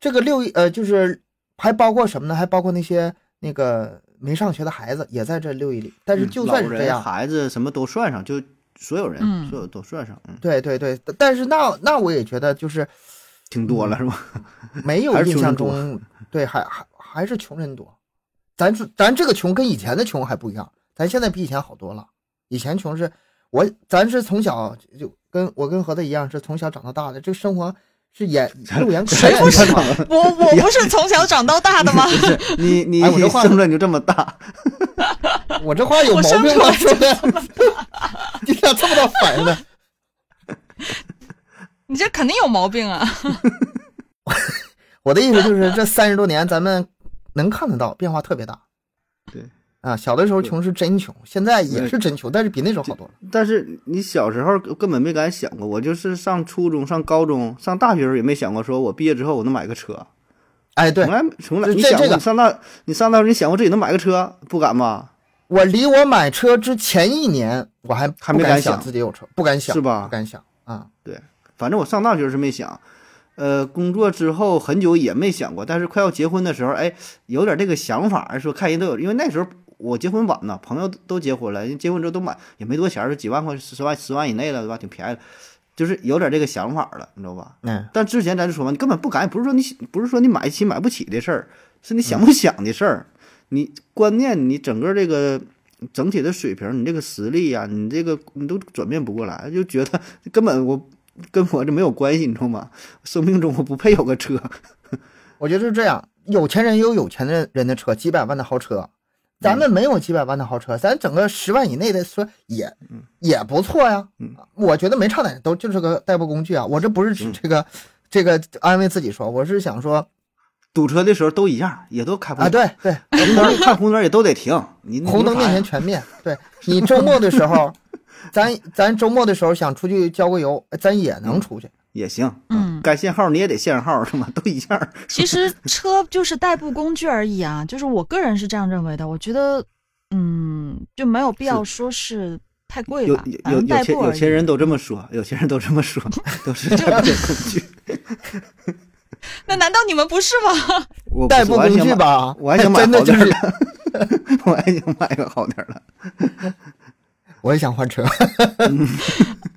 这个六亿呃，就是还包括什么呢？还包括那些那个没上学的孩子也在这六亿里。但是
嗯
就
老
算是这
人
样，
孩子什么都算上，就所有人，
嗯
所有都算上，嗯，
对对对，但是那那我也觉得就是
挺多
嗯
了是吧？
没有
还是
印
穷
象
人多
中，对，还还还是穷人多。咱这咱这个穷跟以前的穷还不一样，咱现在比以前好多了。以前穷是我，咱是从小就跟我跟何子一样，是从小长到大的，这生活是眼肉眼可
谁
见
[LAUGHS]
不是
的。
我我不是从小长到大的吗？ [LAUGHS]
[LAUGHS]
你你
哎我
[LAUGHS]
这话
生出来你就这么大，
我这话有
我
毛
生
病
出
吗？
来
说的， [LAUGHS] 你咋这么大反应呢？
你这肯定有毛病啊！ [LAUGHS]
我的意思就是，这三十多年咱们能看得到变化特别大。
对，
啊，小的时候穷是真穷，现在也是真穷，但是比那时候好多了。
但是你小时候根本没敢想过，我就是上初中、上高中、上大学时候也没想过，说我毕业之后我能买个车，
哎，对
从来从来
这
你
这
想
这个
过你上大你上大学你想过自己能买个车，不敢吧？
我离我买车之前一年，我还
还
不
没
敢
敢
想
想
自己有车，不敢想，
是吧
不敢想啊。
反正我上大学是没想，呃，工作之后很久也没想过，但是快要结婚的时候，哎，有点这个想法，说看人都有，因为那时候我结婚晚呢，朋友都结婚了，人结婚之后都买也没多钱儿，就几万块、十万、十万以内了，对吧？挺便宜的，就是有点这个想法了，你知道吧？
嗯，
但之前咱就说嘛，你根本不敢，不是说你不是说你买得起买不起的事儿，是你
嗯
想不想的事儿。你观念，你整个这个整体的水平，你这个实力呀、你这个你都转变不过来，就觉得 [LAUGHS] 根本我跟我这没有关系，你知道吗？生命中我不配有个车，
我觉得是这样，有钱人有有钱的人的车，几百万的豪车，咱
嗯
们没有几百万的豪车，咱整个十万以内的说也、也不错呀。啊
嗯
我觉得没差哪，都就是个代步工具啊。我这不是
嗯
这个、这个安慰自己说，我是想说
堵车的时候都一样，也都开不
啊，对对，
红灯看红灯也都得停，你
红灯面前全灭。对你周末的时
[LAUGHS]
候，咱咱周末的时候想出去郊个游，咱也能出去。
也行，
嗯
该限号你也得限号，是吗？都一样，
其实车就是代步工具而已啊，就是我个人是这样认为的。我觉得，嗯，就没有必要说是太贵
有
吧，
有
反
有
正
有
代
钱
步
有
而
钱
已。
人都这么说，有钱人都这么说，
[LAUGHS]
都是代步工具。
那难道你们不是吗？
我
代步工具，吧，
我还想买
[LAUGHS] 真的
好
就
点儿
是，
[LAUGHS] 我还想买我还想买个好点儿的。
我也想换车。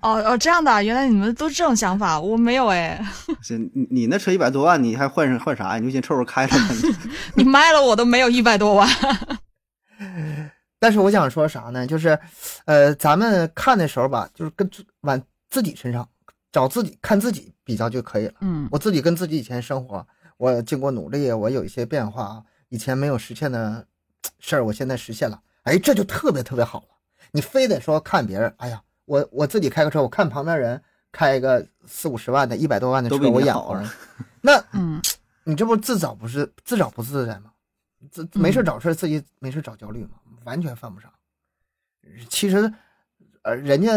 哦哦，这样的啊，原来你们都这种想法，我没有哎。
是你你那车一百多万，你还换换啥呀？你就先凑合开了吧。
[LAUGHS]
[LAUGHS]
你卖了我都没有一百多万。
但是我想说啥呢？就是，呃，咱们看的时候吧，就是跟自往自己身上找自己看自己比较就可以了。
嗯
我自己跟自己以前生活，我经过努力，我有一些变化啊，以前没有实现的嘖事儿，我现在实现了，哎，这就特别特别好了。你非得说看别人，哎呀，我我自己开个车，我看旁边人开一个四五十万的、一百多万的
都
车
比，你
我眼
好
红
啊，
那
嗯
你这不自找不是自找不自在吗？自没事找事儿，自己没事找焦虑吗？完全犯不上。其实，呃，人家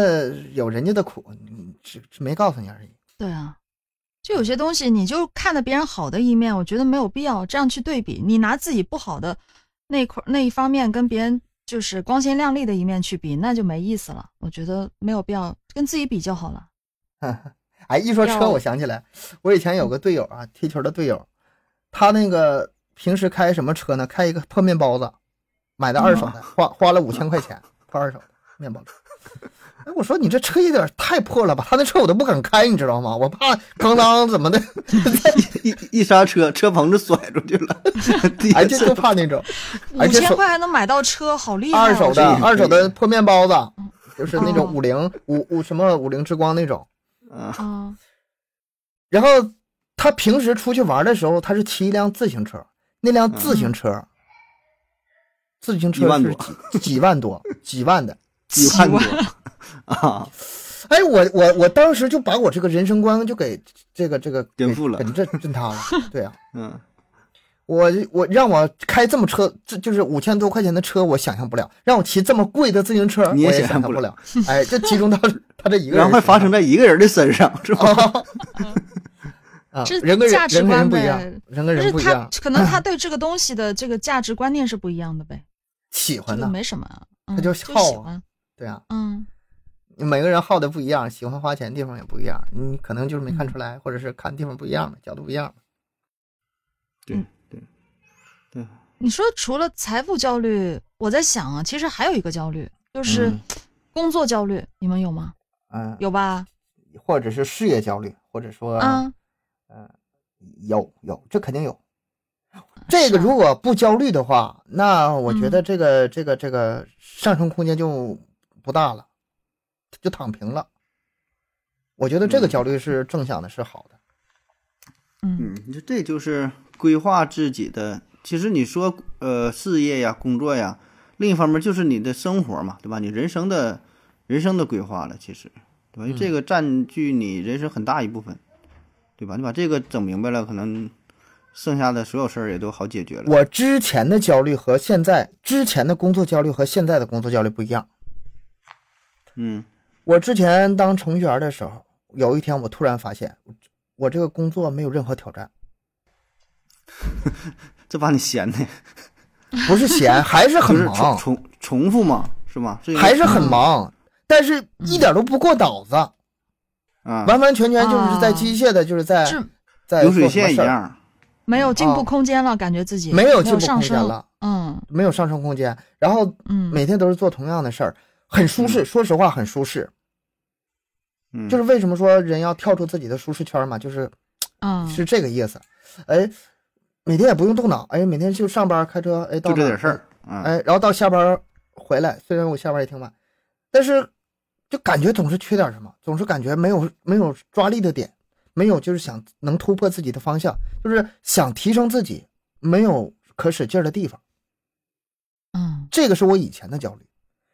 有人家的苦，你只只没告诉你而已。
对啊，就有些东西，你就看着别人好的一面，我觉得没有必要这样去对比。你拿自己不好的那一块那一方面跟别人就是光鲜亮丽的一面去比，那就没意思了。我觉得没有必要跟自己比就好了。
哎，一说车，
要
我想起来，我以前有个队友啊，踢球的队友，他那个平时开什么车呢？开一个破面包子，买的二手的，花花了五千块钱破二手的面包子。 [LAUGHS] 哎，我说你这车有点太破了吧？他那车我都不敢开，你知道吗？我怕咣当怎么的，
一一刹车，车棚子甩出去了。
哎，就就怕那种。
五
而且
千
手
块还能买到车，好厉害、啊！
二手的
这个
二手的破面包子，就是那种
哦
五菱五五什么五菱之光那种。
啊，
嗯，
然后他平时出去玩的时候，他是骑一辆自行车，那辆自行车，自行
一
车
万
是
多
几几万多几万的。
几万多 [LAUGHS] 啊，
哎，我我我当时就把我这个人生观就给这个这个
颠覆了
给给震震塌了。对啊，
嗯，
我我让我开这么车，这就是五千多块钱的车，我想象不了；让我骑这么贵的自行车，
你也
我也
想
想
象
象
不
不了。哎，这集中到他这一个人身上，
然后还发生在一个人的身上，是吧？
啊
这，
人跟人
价值
人跟人
观
不一样
呗，
人跟
就
人
是
不一
他
样，
可能他对这个东西的这个价值观念是不一样的呗，
喜
这
欢
个
呢，
没什么啊，嗯
他就
就
好啊
喜欢，
对啊，
嗯，
每个人好的不一样，喜欢花钱的地方也不一样，你可能就是没
嗯
看出来，或者是看地方不一样了，角度不一样了。
对对，
你说除了财富焦虑，我在想啊，其实还有一个焦虑就是
嗯
工作焦虑，你们有吗？
嗯，
有吧？
或者是事业焦虑，或者说，
啊，
有有，这肯定有。这个
是啊
如果不焦虑的话，那我觉
嗯
得这个、这个这个上升空间就不大了，就躺平了。我觉得这个
嗯
焦虑是正向的，是好的。
嗯
嗯，这这就是规划自己的。其实你说呃事业呀、工作呀，另一方面就是你的生活嘛，对吧？你人生的人生的规划了，其实对吧？因为
嗯
这个占据你人生很大一部分，对吧？你把这个整明白了，可能剩下的所有事儿也都好解决了。
我之前的焦虑和现在之前的工作焦虑和现在的工作焦虑不一样。
嗯
我之前当程序员的时候，有一天我突然发现，我这个工作没有任何挑战，
这把你闲的，
不是闲，还是
就
很
是嗯重
忙，
重重复嘛，是吧？这
[LAUGHS]
个
还是很忙，但
嗯
是一点都不过脑子，
啊，
完完全全就是在
啊
机械的，就是在
是
在
流水
做什么
线一
事儿，
样。
没有进
哎哦
步空间了，感觉自己
没有进步
上
空间
升
了，
嗯
没有上升空间，然后
嗯，
每天都是做同样的事儿，很舒适，说实话很舒适，
嗯，
就是为什么说人要跳出自己的舒适圈嘛，就是
啊，
是这个意思，哎，每天也不用动脑，哎，每天就上班开车，哎，到
嗯就这
哪
点事儿，啊。
哎，然后到下班回来，虽然我下班也挺晚，但是就感觉总是缺点什么，总是感觉没有没有抓力的点，没有就是想能突破自己的方向，就是想提升自己，没有可使劲儿的地方。
嗯
这个是我以前的焦虑，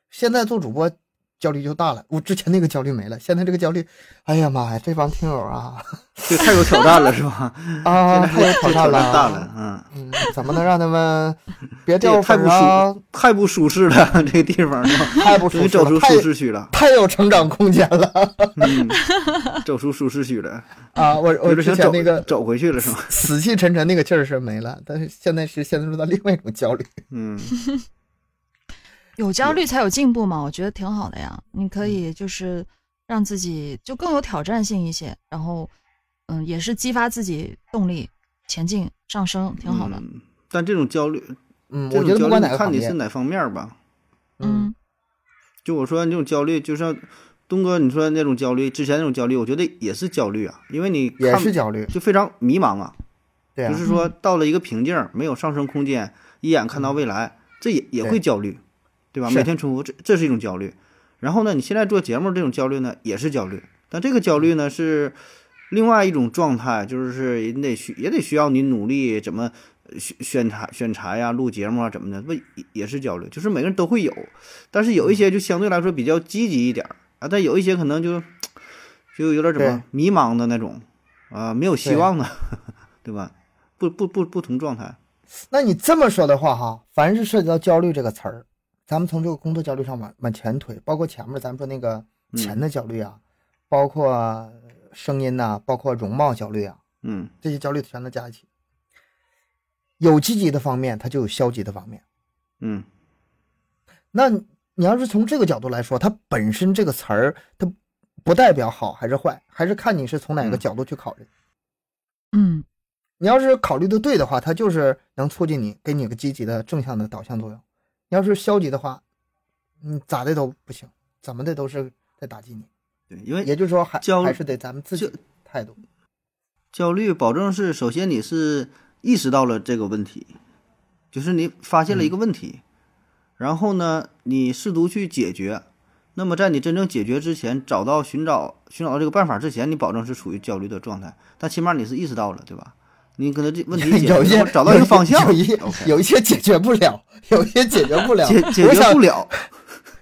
现在做主播焦虑就大了，我之前那个焦虑没了，现在这个焦虑，哎呀妈呀，这帮听友
[LAUGHS]
啊
这太有挑战了，是吧？ [LAUGHS]
啊，太有挑
这挑
战
战
了，
大了，嗯，
嗯，怎么能让他
[LAUGHS]
们别
这也
掉
太
粉
不
儿啊？
舒太不舒适了， [LAUGHS] 这个地方是吧？
太不舒
终于
适
走出
了，太
舒适区了，
太有成长空间了。 [LAUGHS]
嗯，走出舒适区了，
啊，我我
有点
之
想
前
走
那个
走回去了，是吧？
死气沉沉那个劲儿是没了，但是现在是陷入到另外一种焦虑。
嗯，
有焦虑才有进步嘛，我觉得挺好的呀。你可
嗯
以就是让自己就更有挑战性一些，然后嗯，也是激发自己动力前进上升，挺好的。
嗯但这种焦虑，
嗯，
这
我觉
种
得不
焦
管
虑
哪个
看
行
你
业
是，哪方面吧。
嗯，
嗯
就我说你这种焦虑，就像东哥你说那种焦虑，之前那种焦虑，我觉得也是焦虑啊，因为你
也
看
是焦虑，
就非常迷茫啊，
对啊
就，是说到了一个瓶颈，没有上升空间，一眼看到未来，这也也
嗯对
会焦虑，对吧？
是
每天重复，这这是一种焦虑。然后呢，你现在做节目这种焦虑呢，也是焦虑，但这个焦虑呢是另外一种状态，就是也得需也得需要你努力怎么选选材选材呀、录节目啊怎么的，不也也是焦虑？就是每个人都会有，但是有一
嗯
些就相对来说比较积极一点儿啊，但有一些可能就就有点怎
对
么迷茫的那种啊，没有希
对
望的， [LAUGHS] 对吧？不不不不同状态。
那你这么说的话哈，凡是涉及到焦虑这个词儿，咱们从这个工作焦虑上往往前推，包括前面咱们说那个
嗯
钱的焦虑啊，包括声音呐、包括容貌焦虑啊，
嗯
这些焦虑全都加一起。有积极的方面，它就有消极的方面。
嗯
那你你要是从这个角度来说，它本身这个词儿，它不代表好还是坏，还是看你是从哪个
嗯
角度去考虑。
嗯
你要是考虑的对的话，它就是能促进你，给你个积极的正向的导向作用；你要是消极的话，嗯，咋的都不行，怎么的都是在打击你。，
对，因为
也就是说还，还
哎焦
是得咱们自己
就
态度。
焦虑保证是首先你是意识到了这个问题，就是你发现了
嗯
一个问题，然后呢，你试图去解决。那么在你真正解决之前，找到寻找寻找到这个办法之前，你保证是处于焦虑的状态，但起码你是意识到了，对吧？你可能这问题解决
[LAUGHS] 有一些
了找到一个方向
有一
OK
有一些解决不了，有一些解决不了，
解解
我
决
想
不了，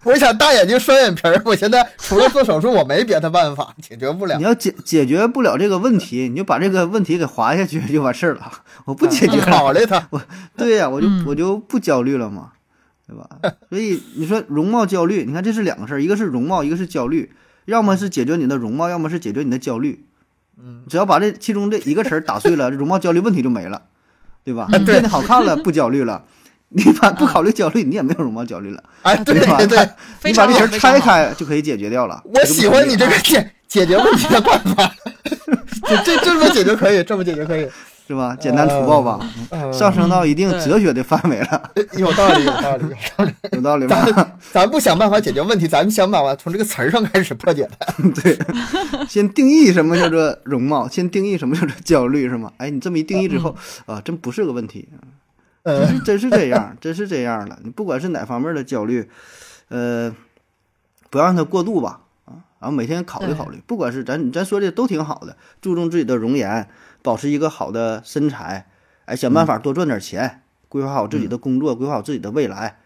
我想大眼睛双眼皮儿，我现在除了做手术，我没别的办法，解决不了
你。要解解决不了这个问题，你就把这个问题给划下去 [LAUGHS] 就完事儿了。我不解决
你
了，
考虑它，
[LAUGHS] 对呀、我就
嗯
我就不焦虑了嘛，对吧？所以你说容貌焦虑，你看这是两个事儿，一个是容貌，一个是焦虑，要么是解决你的容貌，要么是解决你的焦虑。
嗯，
只要把这其中这一个词儿打碎了，这容貌焦虑问题就没了，对吧？
嗯
你变得好看了，不焦虑了。你
嗯
把不考虑焦虑，你也没有容貌焦虑了。
哎，对
对吧
对对，
非
你把
常
这
好
词儿
非常
拆
好
开就可以解决掉了。
我喜欢你这个解解决问题的办法，这这这么解决可以，这么解决可以，
是吧？简单粗暴吧，
嗯
上升到一定
对
哲学的范围
[LAUGHS]
了，
呃有道理，有道
[LAUGHS]
理。
有道理吧？
咱咱不想办法解决问题，咱们想办法从这个词儿上开始破解它。
对，先定义什么叫做容貌，先定义什么叫做焦虑，是吗？哎，你这么一定义之后，啊，真不是个问题，
嗯，
真是这样，真是这样了。你不管是哪方面的焦虑，呃，不要让它过度吧，啊，然后每天考虑
对
考虑，不管是咱咱说的都挺好的，注重自己的容颜，保持一个好的身材，哎，想办法多赚点钱，规划好自己的工作，规划好自己的未来，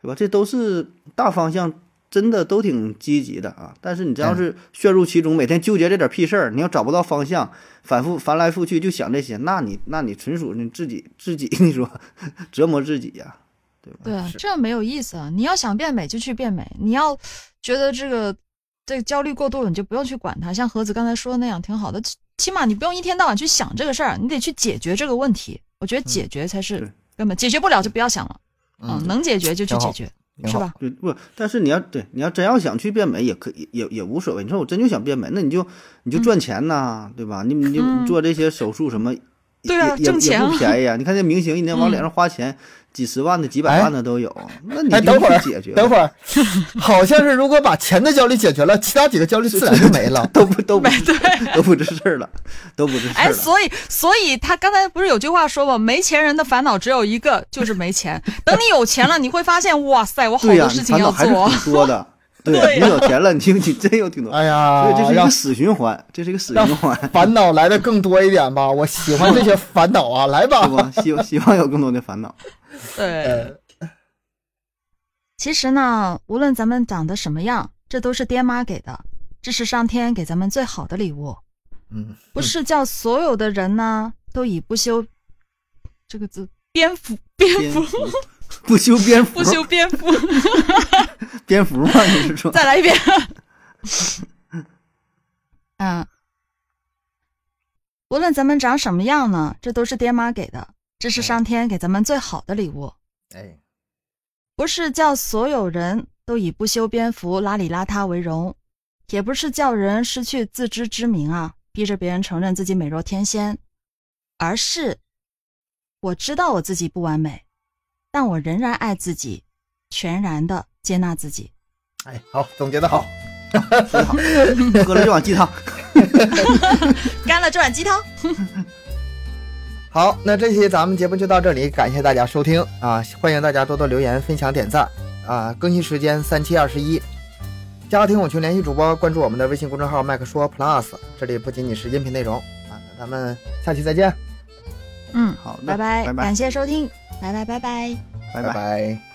对吧？这都是大方向，真的都挺积极的啊。但是你真要是陷入其中，每天纠结这点屁事儿，你要找不到方向，反复翻来覆去就想这些，那你那你纯属你自己自己， [LAUGHS] 你说折磨自己呀、
对啊
是，
这没有意思啊！你要想变美就去变美，你要觉得这个这个焦虑过度了，你就不用去管它。像盒子刚才说的那样，挺好的，起起码你不用一天到晚去想这个事儿，你得去解决这个问题。我觉得解决才是
对
根本，解决不了就不要想了。
嗯
能解决就去
挺好
解决，
挺
是
好
吧？
对不？但是你要对你要真要想去变美，也可以也也无所谓。你说我真就想变美，那你就你就赚钱呐、对吧？你你
嗯
你做这些手术什么，
[LAUGHS] 对啊
也也
挣钱啊
也不便宜啊！你看这明星一年往
嗯
脸上花钱、几十万的、几百万的都有，那你
哎，
就
等会儿
去解决，吧，
等会儿，好像是如果把钱的焦虑解决了，其他几个焦虑自然就没
[LAUGHS]
了。
[LAUGHS] 都不都不
美对。
都不是事儿了，都不是事儿
哎，
了。
所以所以他刚才不是有句话说吗？没钱人的烦恼只有一个，就是没钱。等你有钱了，你会发现，哇塞，我好
对呀、
多
你
事情
烦恼
要
还是
做。
挺
[LAUGHS]
多的。对
对呀
你有钱了，你就你真有挺多。
哎呀
所以这是，一
让
个死循环，这是一个死循环，
烦恼来的更多一点吧。我喜欢这些烦恼啊，来吧
是。吧？希望希望有更多的烦
[LAUGHS]
恼。
对。
呃，
其实呢，无论咱们长得什么样，这都是爹妈给的，这是上天给咱们最好的礼物。
嗯，
不是叫所有的人呢都以不修这个字蝙蝠蝙
蝙
蝠
蝠不修边幅，
不
[LAUGHS]
修边幅，
蝙蝠嘛，你是说？
再来一遍。 [LAUGHS] 嗯，无论咱们长什么样呢，这都是爹妈给的，这是上天给咱们最好的礼物。
哎，
不是叫所有人都以不修边幅、邋里邋遢为荣，也不是叫人失去自知之明啊，逼着别人承认自己美若天仙，而是我知道我自己不完美，但我仍然爱自己，全然的接纳自己。
哎，好，总结的好。
喝了这碗鸡汤，
干了这碗鸡汤，
好，那这期咱们节目就到这里，感谢大家收听啊！欢迎大家多多留言、分享、点赞啊！更新时间三七二十一，加入听友群联系主播，关注我们的微信公众号“麦克说 Plus”，这里不仅仅是音频内容啊！那咱们下期再见，
嗯，
好的，
拜拜，
拜拜
感，谢收听，拜拜拜拜。
拜
拜。